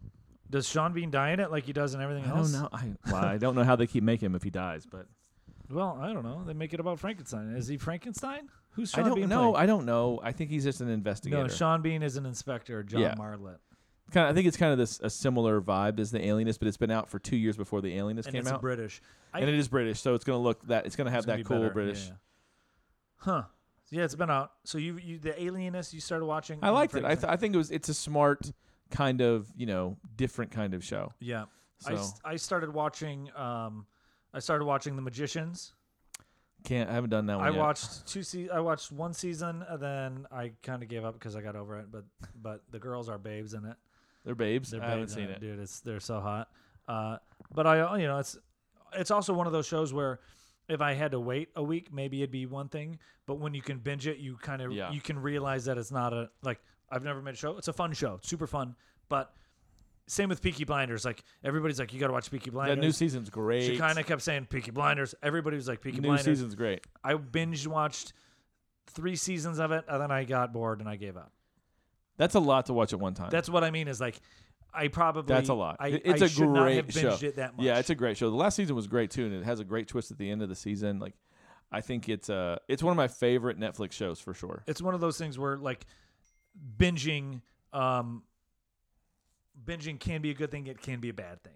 S1: Does Sean Bean die in it like he does in everything
S2: I
S1: else?
S2: don't know. I, well, I don't know how they keep making him if he dies, but
S1: Well, I don't know. They make it about Frankenstein. Is he Frankenstein? Who's
S2: I
S1: Sean
S2: don't
S1: Bean
S2: know.
S1: playing?
S2: I don't know. I think he's just an investigator.
S1: No, Sean Bean is an inspector. John
S2: Yeah.
S1: Marlett.
S2: Kind of, I think it's kind of this a similar vibe as the Alienist, but it's been out for two years before the Alienist
S1: and
S2: came
S1: it's
S2: out,
S1: British. I-
S2: and it is British, so it's going to look that it's going to have
S1: It's gonna be
S2: that cool
S1: better,
S2: British.
S1: yeah. Huh. Yeah, it's been out. So you, you the Alienist, you started watching.
S2: I
S1: and
S2: liked it. I,
S1: Frankenstein-
S2: th- I think it was it's a smart kind of you know different kind of show.
S1: yeah.
S2: So
S1: I, s- I started watching. Um, I started watching The Magicians.
S2: can't I haven't done that one.
S1: I
S2: yet.
S1: watched two. Se- I watched one season, and then I kind of gave up because I got over it. But but the girls are babes in it.
S2: They're babes.
S1: They're
S2: I haven't
S1: babes in
S2: seen it.
S1: dude. It's they're so hot. Uh, but I, you know, it's it's also one of those shows where if I had to wait a week, maybe it'd be one thing. But when you can binge it, you kind of
S2: Yeah.
S1: you can realize that it's not a like I've never made a show. It's a fun show, It's super fun. But same with Peaky Blinders. Like everybody's like, you got to watch Peaky
S2: That new
S1: Blinders.
S2: season's great.
S1: She kind of kept saying Peaky Blinders. Everybody was like Peaky
S2: new
S1: Blinders.
S2: season's great.
S1: I binge watched three seasons of it, and then I got bored and I gave up.
S2: That's a lot to watch at one time.
S1: That's what I mean. Is like, I probably
S2: That's a lot.
S1: I,
S2: It- it's
S1: I
S2: a
S1: should
S2: great
S1: not have
S2: show.
S1: binged it that much.
S2: yeah, it's a great show. The last season was great too, and it has a great twist at the end of the season. Like, I think it's uh it's one of my favorite Netflix shows for sure.
S1: it's one of those things where like binging, um, binging can be a good thing. It can be a bad thing.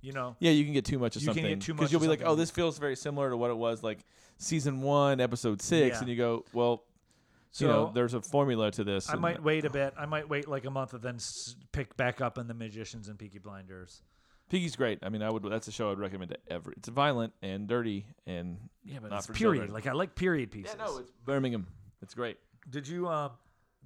S1: You know,
S2: Yeah, you can get too much of
S1: You can get
S2: something
S1: too much
S2: you'll
S1: of
S2: be like,
S1: something.
S2: oh, this feels very similar to what it was like season one, episode six,
S1: Yeah.
S2: and you go, well,
S1: so
S2: you know, there's a formula to this.
S1: I
S2: and-
S1: might wait a bit. I might wait like a month and then s- pick back up on the Magicians and Peaky Blinders.
S2: Piggy's great. I mean, I would. That's a show I'd recommend to every. It's violent and dirty and
S1: Yeah, but
S2: Not
S1: it's
S2: for
S1: period.
S2: children.
S1: Like I like period pieces.
S2: it's Birmingham. It's great.
S1: did you uh,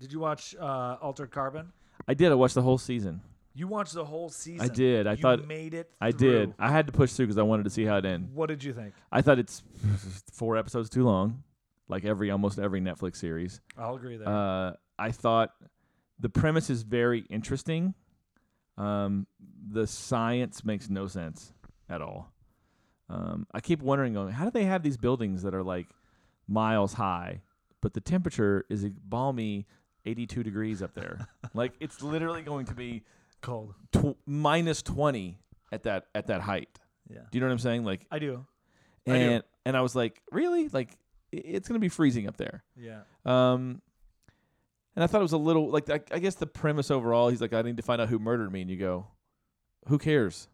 S1: did you watch uh, Altered Carbon?
S2: I did. I watched the whole season.
S1: You watched the whole season.
S2: did. I
S1: You
S2: thought-
S1: made it.
S2: I
S1: through.
S2: did. I had to push through because I wanted to see how it ended.
S1: What did you think?
S2: I thought it's four episodes too long, like every almost every Netflix series.
S1: I'll agree there.
S2: Uh, I thought the premise is very interesting. Um, the science makes no sense at all. Um, I keep wondering, going, how do they have these buildings that are like miles high, but the temperature is a balmy 82 degrees up there? like it's literally going to be
S1: Cold.
S2: tw- minus 20 at that at that height.
S1: Yeah.
S2: Do you know what I'm saying? Like,
S1: I do. I do.
S2: and and I was like, really? Like i- it's going to be freezing up there.
S1: Yeah.
S2: Um, and I thought it was a little like I, I guess the premise overall. He's like, I need to find out who murdered me, and you go, who cares?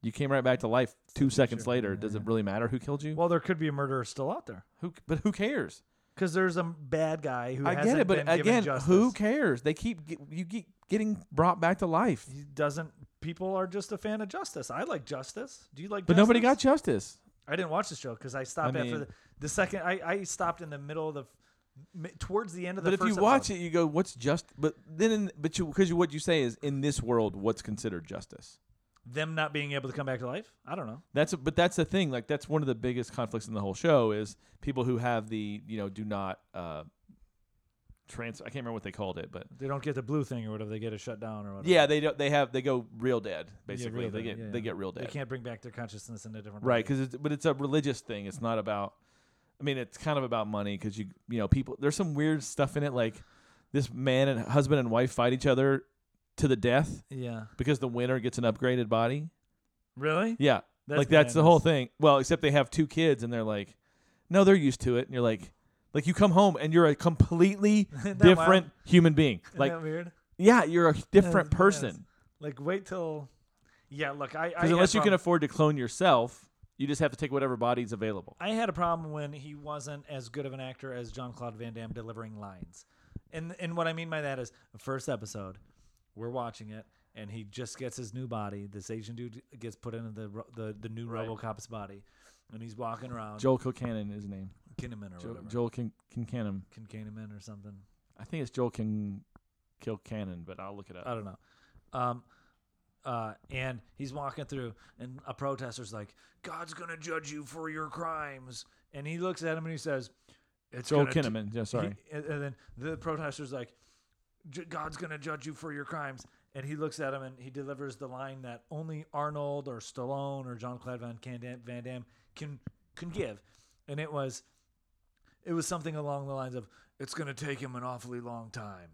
S2: You came right back to life two seconds
S1: picture.
S2: later.
S1: Yeah,
S2: Does
S1: yeah.
S2: it really matter who killed you?
S1: Well, there could be a murderer still out there
S2: who? But who cares?
S1: because there's a bad guy who
S2: I get
S1: hasn't
S2: it,
S1: been
S2: but
S1: given
S2: again,
S1: justice.
S2: who cares? They keep ge- you keep getting brought back to life,
S1: He doesn't. People are just a fan of justice. I like justice. Do you like?
S2: but
S1: justice?
S2: nobody got justice.
S1: I didn't watch the show because I stopped
S2: I
S1: after
S2: mean-
S1: the, the second. I, I stopped in the middle of the, m- towards the end of the.
S2: But if you watch it, you go, "What's just?" But then, in, but you because what you say is in this world, what's considered justice?
S1: them not being able to come back to life. I don't know.
S2: That's but that's the thing. Like that's one of the biggest conflicts in the whole show is people who have the you know do not uh trans. I can't remember what they called it, but
S1: They don't get the blue thing or whatever. They get it shut down or whatever.
S2: yeah, they don't. They have they go real dead basically.
S1: real
S2: they
S1: dead,
S2: get
S1: yeah,
S2: they
S1: yeah.
S2: get real
S1: They
S2: dead.
S1: can't bring back their consciousness in a different.
S2: Right,
S1: body.
S2: because it's but it's a religious thing. It's not about. I mean, it's kind of about money because you you know people. There's some weird stuff in it like this man and husband and wife fight each other to the death
S1: Yeah.
S2: because the winner gets an upgraded body.
S1: Really?
S2: Yeah, like that's the
S1: bananas.
S2: whole thing. Well, except they have two kids and they're like, no, they're used to it. And you're like, like you come home and you're a completely
S1: Isn't that wild?
S2: different human being.
S1: Isn't
S2: Like,
S1: that weird.
S2: yeah, you're a different
S1: bananas.
S2: person.
S1: Like wait till. Yeah. Look, I. I
S2: Because
S1: had
S2: unless you
S1: problems.
S2: can afford to clone yourself, you just have to take whatever body's available.
S1: I had a problem when he wasn't as good of an actor as John Claude Van Damme delivering lines. And and what I mean by that is the first episode, we're watching it, and he just gets his new body. This Asian dude gets put into the ro- the, the new
S2: Right.
S1: RoboCop's body, and he's walking around.
S2: Joel Kilcannon is his name.
S1: Kinnaman or
S2: Jo-
S1: whatever.
S2: Joel Kin- Kincannon.
S1: Kin- Kinnaman or something.
S2: I think it's Joel Kin- Kilcannon, but I'll look it up.
S1: I don't know. Um, uh, and he's walking through, and a protester's like, "God's gonna judge you for your crimes." And he looks at him and he says, "It's
S2: Joel
S1: gonna t-
S2: Kinnaman. Yeah, sorry.
S1: He- and, and then the protester's like, "J- God's going to judge you for your crimes. And he looks at him and he delivers the line that only Arnold or Stallone or John Claude Van, Can- Van Damme can, can give. And it was, it was something along the lines of, it's going to take him an awfully long time.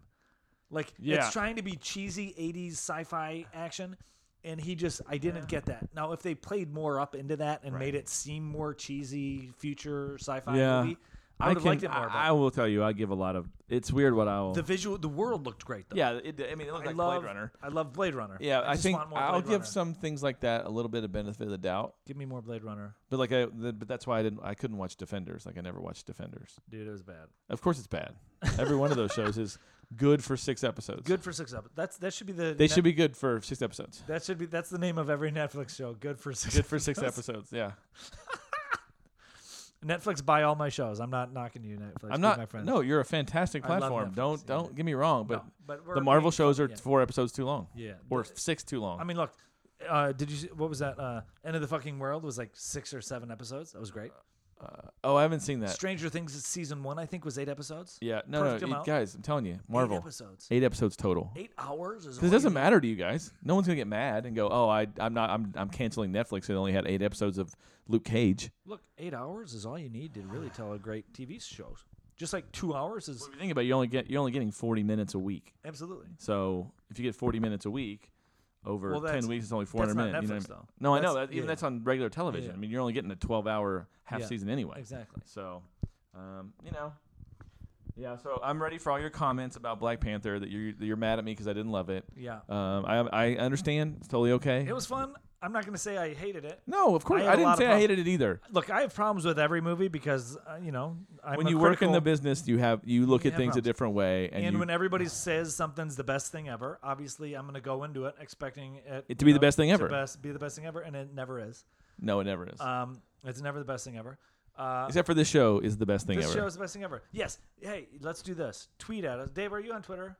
S1: Like
S2: Yeah.
S1: it's trying to be cheesy 80s sci-fi action. And he just, I didn't get that. Now, if they played more up into that and made it seem more cheesy future sci-fi
S2: Yeah.
S1: movie, I would have liked it more. but
S2: I, I will tell you, I give a lot of. It's weird what I will.
S1: the visual, the world looked great though.
S2: yeah, it, I mean, it looks
S1: I
S2: like
S1: love
S2: Blade Runner.
S1: I love Blade Runner.
S2: Yeah, I,
S1: I, just
S2: think
S1: want more Blade
S2: I'll give
S1: Runner.
S2: some things like that a little bit of benefit of the doubt.
S1: Give me more Blade Runner,
S2: But like, I, the, but that's why I didn't. I couldn't watch Defenders. Like, I never watched Defenders.
S1: dude. It was bad.
S2: Of course, it's bad. Every one of those shows is good for six episodes.
S1: Good for six episodes. That's that should be the.
S2: They
S1: ne-
S2: should be good for six episodes.
S1: That should be that's the name of every Netflix show. Good for six.
S2: Good for six episodes. Yeah,
S1: Netflix buy all my shows. I'm not knocking you, Netflix.
S2: I'm
S1: be
S2: not.
S1: My friend.
S2: No, you're a fantastic
S1: I love
S2: platform.
S1: Netflix,
S2: Don't
S1: yeah.
S2: don't get me wrong,
S1: No,
S2: but
S1: but we're
S2: the Marvel
S1: making-
S2: shows are
S1: yeah.
S2: four episodes too long,
S1: Yeah.
S2: or
S1: The-
S2: six too long.
S1: I mean, look. Uh, did you see, what was that? Uh, End of the fucking world was like six or seven episodes. That was great.
S2: uh, oh, I haven't seen that.
S1: Stranger Things season one, I think, was eight episodes.
S2: Yeah, no, no,
S1: Perfect
S2: you-
S1: amount.
S2: guys, I'm telling you, Marvel,
S1: Eight
S2: eight,
S1: episodes.
S2: episodes total.
S1: Eight hours is.
S2: This
S1: all
S2: doesn't
S1: you-
S2: matter to you guys. No one's gonna get mad and go, "Oh, I, I'm not, I'm, I'm canceling Netflix." It only had eight episodes of Luke Cage.
S1: Look, eight hours is all you need to really tell a great TV show. Just like two hours is
S2: If you think about, it, you only get, you're only getting 40 minutes a week.
S1: absolutely.
S2: So if you get 40 minutes a week over
S1: Well,
S2: 10
S1: that's-
S2: weeks, it's only 400
S1: That's not
S2: minutes.
S1: Netflix
S2: you know what I mean?
S1: though.
S2: No, I know.
S1: That's-
S2: That, even
S1: yeah.
S2: that's on regular television.
S1: yeah.
S2: I mean, you're only getting a 12 hour half
S1: Yeah.
S2: season anyway.
S1: Exactly.
S2: So, um, you know, yeah. So I'm ready for all your comments about Black Panther that you're that you're mad at me because I didn't love it.
S1: Yeah.
S2: Um, I I understand. It's totally okay.
S1: It was fun. I'm not going to say I hated it.
S2: no, of course
S1: I
S2: I,
S1: had a lot
S2: didn't
S1: of
S2: say I
S1: prob-
S2: hated it either.
S1: Look, I have problems with every movie because uh, you know I'm
S2: when
S1: a
S2: you work in
S1: critical-
S2: the business, you have you look
S1: You
S2: at
S1: have
S2: things a
S1: problems.
S2: different way, and,
S1: and,
S2: you,
S1: when everybody says something's the best thing ever, obviously I'm going to go into it expecting it,
S2: It to
S1: you
S2: be the
S1: know,
S2: best thing
S1: to
S2: ever.
S1: best- be the best thing ever, and it never is.
S2: no, it never is.
S1: Um, it's never the best thing ever. Uh,
S2: Except for this show is the best thing
S1: this
S2: ever.
S1: show is the best thing ever. Yes. Hey, let's do this. Tweet at us. Dave, are you on Twitter?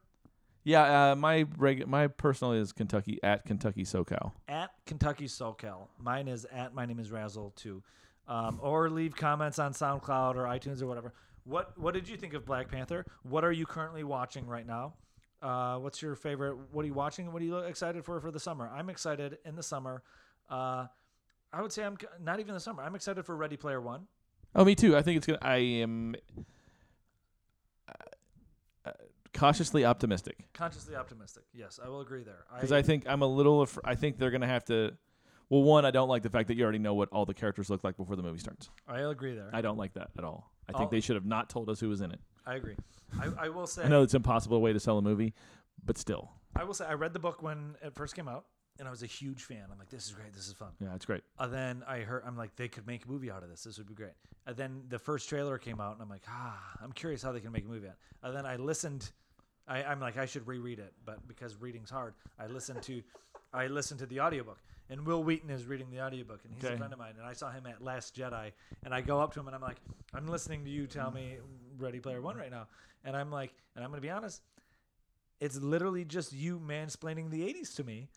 S2: Yeah, uh, my reg- my personal is Kentucky at Kentucky SoCal.
S1: At Kentucky SoCal. Mine is at my name is Razzle too. Um, or leave comments on SoundCloud or iTunes or whatever. What What did you think of Black Panther? What are you currently watching right now? Uh, what's your favorite? What are you watching? What are you excited for for the summer? I'm excited in the summer. Uh, I would say I'm c- not even the summer. I'm excited for Ready Player One.
S2: Oh, me too. I think it's gonna. I am uh, cautiously optimistic
S1: Consciously optimistic. Yes, I will agree there.
S2: because I think I'm a little. Af- I think they're gonna have to. Well, one, I don't like the fact that you already know what all the characters look like before the movie starts.
S1: I agree there.
S2: I don't like that at all. I think
S1: Oh.
S2: they should have not told us who was in it.
S1: I agree. I, I will say.
S2: I know it's an impossible way to sell a movie, but still,
S1: I will say I read the book when it first came out, and I was a huge fan. I'm like, this is great. This is fun.
S2: yeah, it's great.
S1: And then I heard, I'm like, they could make a movie out of this. This would be great. And then the first trailer came out, and I'm like, ah, I'm curious how they can make a movie out. And then I listened. I, I'm like, I should reread it, but because reading's hard, I listened to, I listened to the audiobook. And Will Wheaton is reading the audiobook, and he's
S2: Okay.
S1: a friend of mine. And I saw him at Last Jedi, and I go up to him and I'm like, I'm listening to you tell me Ready Player One right now, and I'm like, and I'm gonna be honest, it's literally just you mansplaining the 80s to me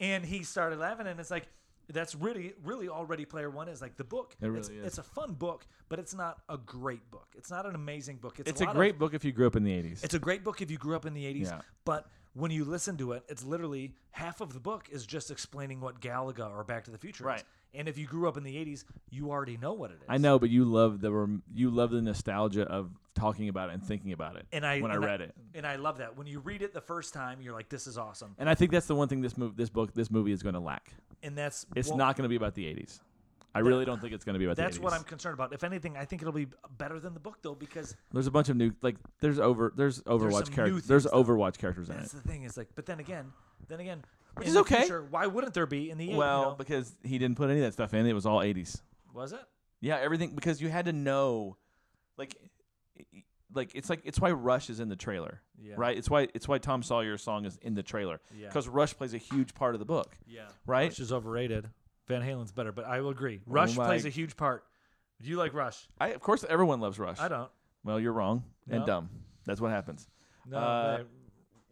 S1: and he started laughing and it's like that's really really already player one is like the book
S2: It
S1: it's,
S2: really is.
S1: it's a fun book but it's not a great book it's not an amazing book it's,
S2: It's a
S1: lot of-
S2: great book if you grew up in the '80s.
S1: it's a great book if you grew up in the 80s
S2: Yeah.
S1: but when you listen to it it's literally half of the book is just explaining what galaga or back to the future
S2: Right.
S1: is and if you grew up in the 80s you already know what it is
S2: I know, but you love the rem- you love the nostalgia of talking about it and thinking about it.
S1: and i
S2: when
S1: and
S2: I read it,
S1: and i love that when you read it the first time you're like this is awesome
S2: and I think that's the one thing this mov this book, this movie is going to lack.
S1: and that's
S2: It's
S1: well,
S2: not going to be about the '80s. I really don't think it's going to be about
S1: that's
S2: the 80s.
S1: what i'm concerned about if anything i think it'll be better than the book though because
S2: There's a bunch of new like there's over there's Overwatch
S1: some new
S2: characters. There's
S1: things, though.
S2: Overwatch characters in it.
S1: That's the thing. Is like, but then again, then again, which
S2: is okay.
S1: why wouldn't there be in the eight- you
S2: Well,
S1: know,
S2: because he didn't put any of that stuff in. It was all '80s.
S1: was it?
S2: Yeah, everything because you had to know, like, like it's like it's why Rush is in the trailer,
S1: Yeah.
S2: right? It's why it's why Tom Sawyer's song is in the trailer
S1: Yeah.
S2: because Rush plays a huge part of the book.
S1: Yeah,
S2: Right?
S1: Rush is overrated. Van Halen's better, but I will agree. Rush
S2: my-
S1: plays a huge part. Do you like Rush?
S2: I of course everyone loves Rush.
S1: I don't.
S2: Well, you're wrong and
S1: No.
S2: dumb. That's what happens.
S1: No,
S2: Uh,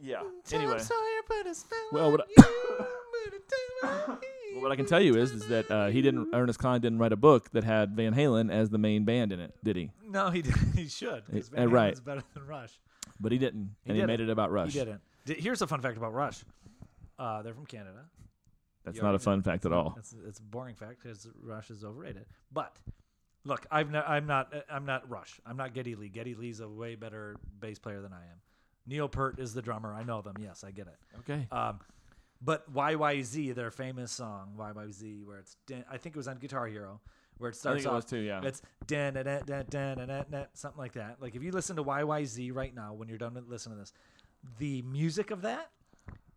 S2: Yeah. Anyway,
S1: well,
S2: well, what, well, what I can tell you is is that uh, he didn't Ernest Klein didn't write a book that had Van Halen as the main band in it, did he?
S1: no, he did, he should. 'cause
S2: Eh,
S1: Van
S2: eh, right.
S1: Halen's better than Rush.
S2: But he didn't, and he,
S1: didn't.
S2: made it about Rush.
S1: He didn't. Di- Here's a fun fact about Rush. Uh, they're from Canada.
S2: That's
S1: You
S2: not a
S1: already
S2: fun fact at all.
S1: It's, it's a boring fact because Rush is overrated. But look, I've no, I'm not I'm not Rush. I'm not Geddy Lee. Geddy Lee's a way better bass player than I am. Neil Peart is the drummer. I know them. Yes, I get it.
S2: Okay.
S1: Um, but YYZ, their famous song YYZ, where it's dan- I think it was on Guitar Hero, where it
S2: I think
S1: starts
S2: it was
S1: off.
S2: too. Yeah.
S1: It's dan da da da da da da da something like that. Like if you listen to YYZ right now, when you're done with listening to this, the music of that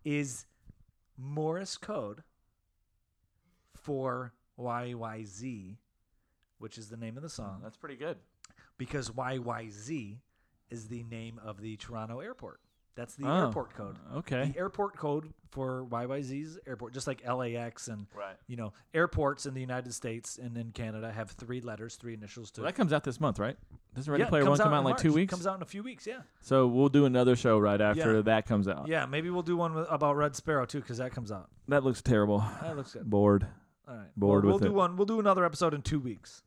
S1: is Morse code for YYZ, which is the name of the song,
S2: That's pretty good.
S1: because YYZ is the name of the Toronto airport. That's the
S2: Oh,
S1: airport code.
S2: Okay.
S1: The airport code for YYZ's airport, just like LAX and
S2: Right.
S1: you know airports in the United States and in Canada have three letters, three initials to.
S2: So that comes out this month, right? Doesn't Ready
S1: it
S2: Player One
S1: comes
S2: come out in
S1: in
S2: like two
S1: March.
S2: weeks?
S1: Comes out in a few weeks, yeah.
S2: So we'll do another show right after
S1: Yeah.
S2: that comes out.
S1: Yeah, maybe we'll do one with, about Red Sparrow too, because that comes out.
S2: That looks terrible.
S1: That looks good.
S2: Bored.
S1: All right,
S2: Bored
S1: we'll,
S2: with
S1: we'll do
S2: it.
S1: one. We'll do another episode in two weeks.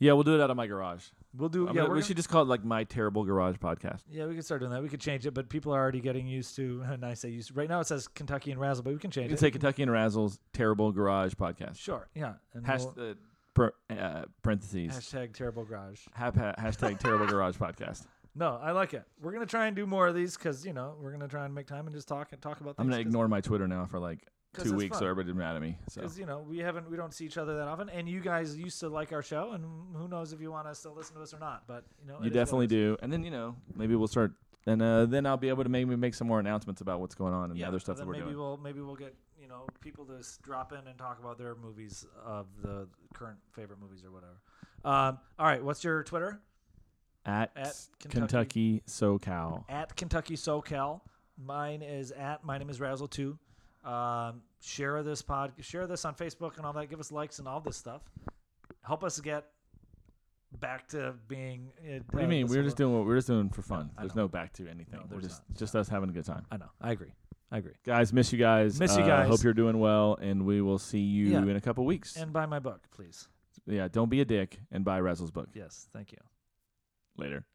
S2: Yeah, we'll do it out of my garage.
S1: We'll do.
S2: I'm
S1: yeah,
S2: gonna-
S1: we're
S2: we
S1: gonna-
S2: should just call it like my terrible garage podcast.
S1: Yeah, we can start doing that. We could change it, but people are already getting used to. And I say used. right now it says Kentucky and Razzle, but we can
S2: You
S1: change
S2: can
S1: it.
S2: say Kentucky and Razzles terrible garage podcast.
S1: Sure. Yeah. And
S2: Hash
S1: we'll-
S2: the per, uh, parentheses.
S1: hashtag terrible garage.
S2: Hap- ha- hashtag terrible garage podcast.
S1: No, I like it. We're gonna try and do more of these because you know we're gonna try and make time and just talk and talk about.
S2: I'm
S1: Things
S2: gonna ignore my Twitter now for like
S1: 'Cause
S2: two
S1: it's
S2: weeks,
S1: fun.
S2: so everybody's mad at me. So
S1: because you know we haven't we don't see each other that often, and you guys used to like our show, and who knows if you want us to listen to us or not. But you know it
S2: you
S1: is what it
S2: definitely
S1: is.
S2: do. And then you know maybe we'll start. And uh, then I'll be able to maybe make some more announcements about what's going on and the other stuff
S1: then
S2: that we're
S1: maybe
S2: doing.
S1: we'll maybe we'll get you know people to s- drop in and talk about their movies of the current favorite movies or whatever. Um, all right, what's your Twitter?
S2: At,
S1: At
S2: Kentucky, SoCal.
S1: At Kentucky SoCal. Mine is at my name is Razzle Two. Um, share this pod, share this on Facebook and all that. Give us likes and all this stuff. Help us get back to being. uh,
S2: What do you mean? We're just doing what we're just doing for fun.
S1: I
S2: there's
S1: know.
S2: no back to anything.
S1: No,
S2: we're
S1: there's
S2: just
S1: not.
S2: just us having a good time.
S1: I know. I agree. I agree.
S2: Guys, miss you guys.
S1: Miss you
S2: Uh,
S1: guys.
S2: Hope you're doing well, and we will see you
S1: Yeah.
S2: in a couple weeks.
S1: And buy my book, please.
S2: yeah, don't be a dick and buy Razzle's book
S1: Yes, thank you.
S2: later.